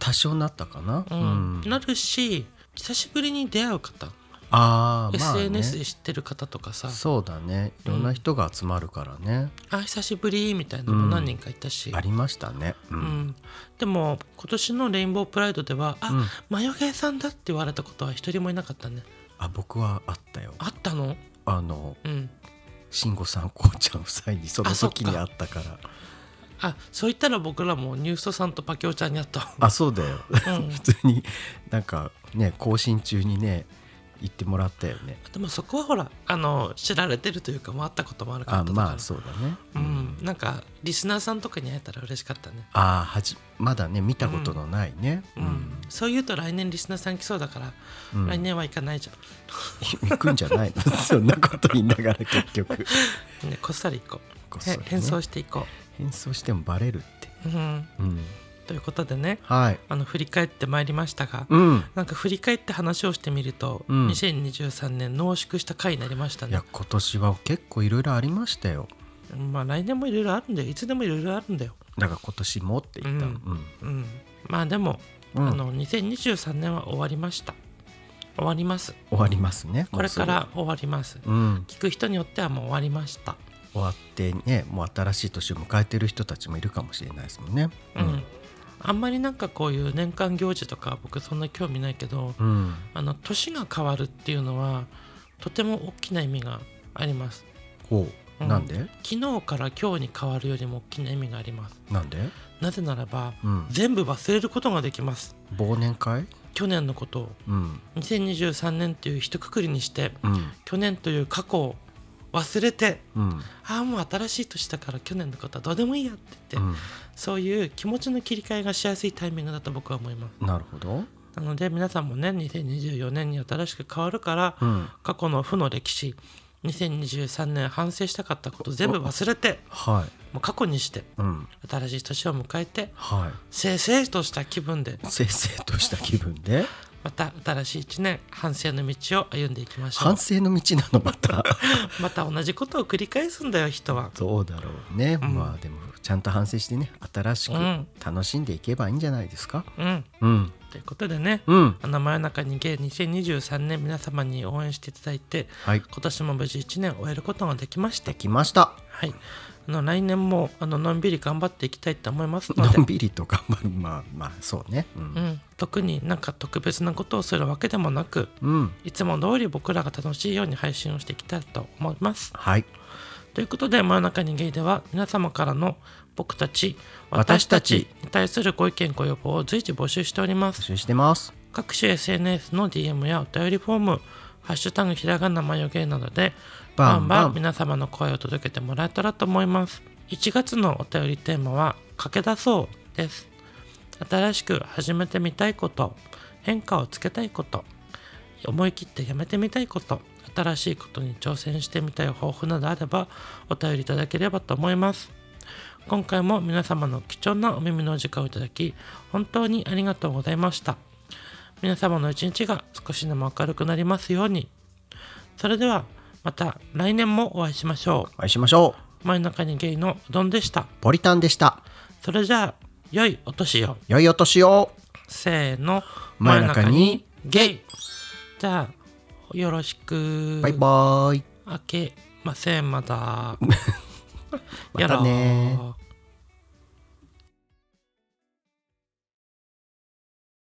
[SPEAKER 2] 多少なったかな
[SPEAKER 1] うんなるし久しぶりに出会う方、
[SPEAKER 2] ああまあね
[SPEAKER 1] SNS で知ってる方とかさ
[SPEAKER 2] そうだねいろんな人が集まるからね
[SPEAKER 1] 「あ久しぶり」みたいなのも何人かいたし、
[SPEAKER 2] ありましたねう
[SPEAKER 1] うん
[SPEAKER 2] ん
[SPEAKER 1] でも今年の「レインボープライド」では「あ、
[SPEAKER 2] うん
[SPEAKER 1] マヨゲーさんだ」って言われたことは一人もいなかったね
[SPEAKER 2] あ僕はあったよ
[SPEAKER 1] あったの
[SPEAKER 2] あの
[SPEAKER 1] うん
[SPEAKER 2] 慎吾さんこうちゃん夫妻にその
[SPEAKER 1] あそっ
[SPEAKER 2] 時
[SPEAKER 1] か
[SPEAKER 2] にあったから
[SPEAKER 1] あそう言ったら僕らもニューストさんとパキオちゃんに会った
[SPEAKER 2] [laughs]
[SPEAKER 1] わ
[SPEAKER 2] あそうだよ
[SPEAKER 1] うん
[SPEAKER 2] 普通になんかね更新中にね行ってもらったよね
[SPEAKER 1] でもそこはほらあの知られてるというかもう会ったこともあるから
[SPEAKER 2] あ
[SPEAKER 1] だから
[SPEAKER 2] まあそうだね
[SPEAKER 1] う、ん、なんかリスナーさんとかに会えたら嬉しかったね
[SPEAKER 2] ああはじまだね見たことのないね
[SPEAKER 1] うん、そう言うと来年リスナーさん来そうだから、
[SPEAKER 2] うん
[SPEAKER 1] 来年は行かないじ
[SPEAKER 2] 行くんじゃないのそんなこと言いながら
[SPEAKER 1] [laughs]
[SPEAKER 2] 結局
[SPEAKER 1] ゃん、ね、こっそり行こ
[SPEAKER 2] こっ
[SPEAKER 1] う
[SPEAKER 2] そ
[SPEAKER 1] へ
[SPEAKER 2] りね
[SPEAKER 1] 変装していこ
[SPEAKER 2] 変装してもバレるって、
[SPEAKER 1] う、うん、
[SPEAKER 2] うん、
[SPEAKER 1] ということでね
[SPEAKER 2] はい
[SPEAKER 1] あの振り返ってまいりましたが、
[SPEAKER 2] うん
[SPEAKER 1] なんか振り返って話をしてみると、
[SPEAKER 2] うん
[SPEAKER 1] 2023年濃縮した回になりました
[SPEAKER 2] い
[SPEAKER 1] ね
[SPEAKER 2] や今年は結構いろいろありましたよ
[SPEAKER 1] まあ来年もいろいろあるんだよいつでもいろいろあるんだよ
[SPEAKER 2] だから今年もって言った、
[SPEAKER 1] う
[SPEAKER 2] うんん
[SPEAKER 1] うんまあでも、
[SPEAKER 2] うん
[SPEAKER 1] あの2023年は終わりました終わります
[SPEAKER 2] 終わりますね
[SPEAKER 1] これか
[SPEAKER 2] もう
[SPEAKER 1] ら終わります
[SPEAKER 2] すぐうん、
[SPEAKER 1] 聞く人によってはもう終わりました
[SPEAKER 2] 終わってねもう新しい年を迎えてる人たちもいるかもしれないですもんね
[SPEAKER 1] うん、あんまりなんかこういう年間行事とか僕そんな興味ないけど
[SPEAKER 2] うん、うん
[SPEAKER 1] あの年が変わるっていうのはとても大きな意味があります
[SPEAKER 2] ほう、
[SPEAKER 1] うん
[SPEAKER 2] なんで
[SPEAKER 1] 昨日から今日に変わるよりも大きな意味があります
[SPEAKER 2] なんで、
[SPEAKER 1] なぜならば
[SPEAKER 2] うん、
[SPEAKER 1] 全部忘れることができます
[SPEAKER 2] 忘年会
[SPEAKER 1] 去年のことを
[SPEAKER 2] うん
[SPEAKER 1] 2023年という一括りにして
[SPEAKER 2] うん
[SPEAKER 1] 去年という過去を忘れて
[SPEAKER 2] うん
[SPEAKER 1] ああもう新しい年だから去年のことはどうでもいいやって
[SPEAKER 2] う
[SPEAKER 1] 言って、
[SPEAKER 2] ん
[SPEAKER 1] そういう気持ちの切り替えがしやすいタイミングだと僕は思います
[SPEAKER 2] なるほど、
[SPEAKER 1] なので皆さんもね2024年に新しく変わるから、
[SPEAKER 2] うん、
[SPEAKER 1] 過去の負の歴史2023年反省したかったこと全部忘れて
[SPEAKER 2] はい
[SPEAKER 1] もう過去にして
[SPEAKER 2] うん
[SPEAKER 1] 新しい年を迎えて
[SPEAKER 2] は
[SPEAKER 1] せいせいとした気分で
[SPEAKER 2] いせいせいとした気分 [laughs] で
[SPEAKER 1] また新しい1年反省の道を歩んでいきましょう
[SPEAKER 2] 反省の道なのまた [laughs]
[SPEAKER 1] また同じことを繰り返すんだよ人は
[SPEAKER 2] どうだろうね、
[SPEAKER 1] ん
[SPEAKER 2] まあでもちゃんと反省してね新しく
[SPEAKER 1] うん
[SPEAKER 2] 楽しんでいけばいいんじゃないですか
[SPEAKER 1] うん
[SPEAKER 2] うん
[SPEAKER 1] ということでね、
[SPEAKER 2] うん
[SPEAKER 1] あの真夜中にゲイ2023年皆様に応援していただいて
[SPEAKER 2] はい
[SPEAKER 1] 今年も無事1年終えることができました
[SPEAKER 2] できました
[SPEAKER 1] はい、あの来年もあののんびり頑張っていきたいと思いますの
[SPEAKER 2] の
[SPEAKER 1] で
[SPEAKER 2] ん、びりと頑張るまあまあそうねう、
[SPEAKER 1] うんん、特になんか特別なことをするわけでもなく
[SPEAKER 2] うん、
[SPEAKER 1] いつも通り僕らが楽しいように配信をしていきたいと思います。
[SPEAKER 2] はい
[SPEAKER 1] ということで「真夜中にゲイ」では皆様からの僕たち私たちに対するご意見ご要望を随時募集しておりま
[SPEAKER 2] 募
[SPEAKER 1] す。
[SPEAKER 2] 集してます
[SPEAKER 1] 各種 SNS の DM やお便りフォーム「ハッシュタグひらがなまよげ」などでバ
[SPEAKER 2] バ
[SPEAKER 1] ン
[SPEAKER 2] ン
[SPEAKER 1] バ
[SPEAKER 2] バン
[SPEAKER 1] ン皆様の声を届けてもらえたらと思います1月のお便りテーマは「駆け出そう」です新しく始めてみたいこと変化をつけたいこと思い切ってやめてみたいこと新しいことに挑戦してみたい抱負などあればお便りいただければと思います今回も皆様の貴重なお耳のお時間をいただき本当にありがとうございました皆様の一日が少しでも明るくなりますようにそれではまた来年もお会いしましょ
[SPEAKER 2] お会いしましょう
[SPEAKER 1] う真夜中にゲイのうどんでした
[SPEAKER 2] ポリタンでした
[SPEAKER 1] それじゃあ良いお年を
[SPEAKER 2] 良いお年を
[SPEAKER 1] せーの
[SPEAKER 2] 真夜中に
[SPEAKER 1] ゲイじゃあよろしく
[SPEAKER 2] バイバーイ [laughs]
[SPEAKER 1] 開けませんまだ
[SPEAKER 2] またね
[SPEAKER 1] やろう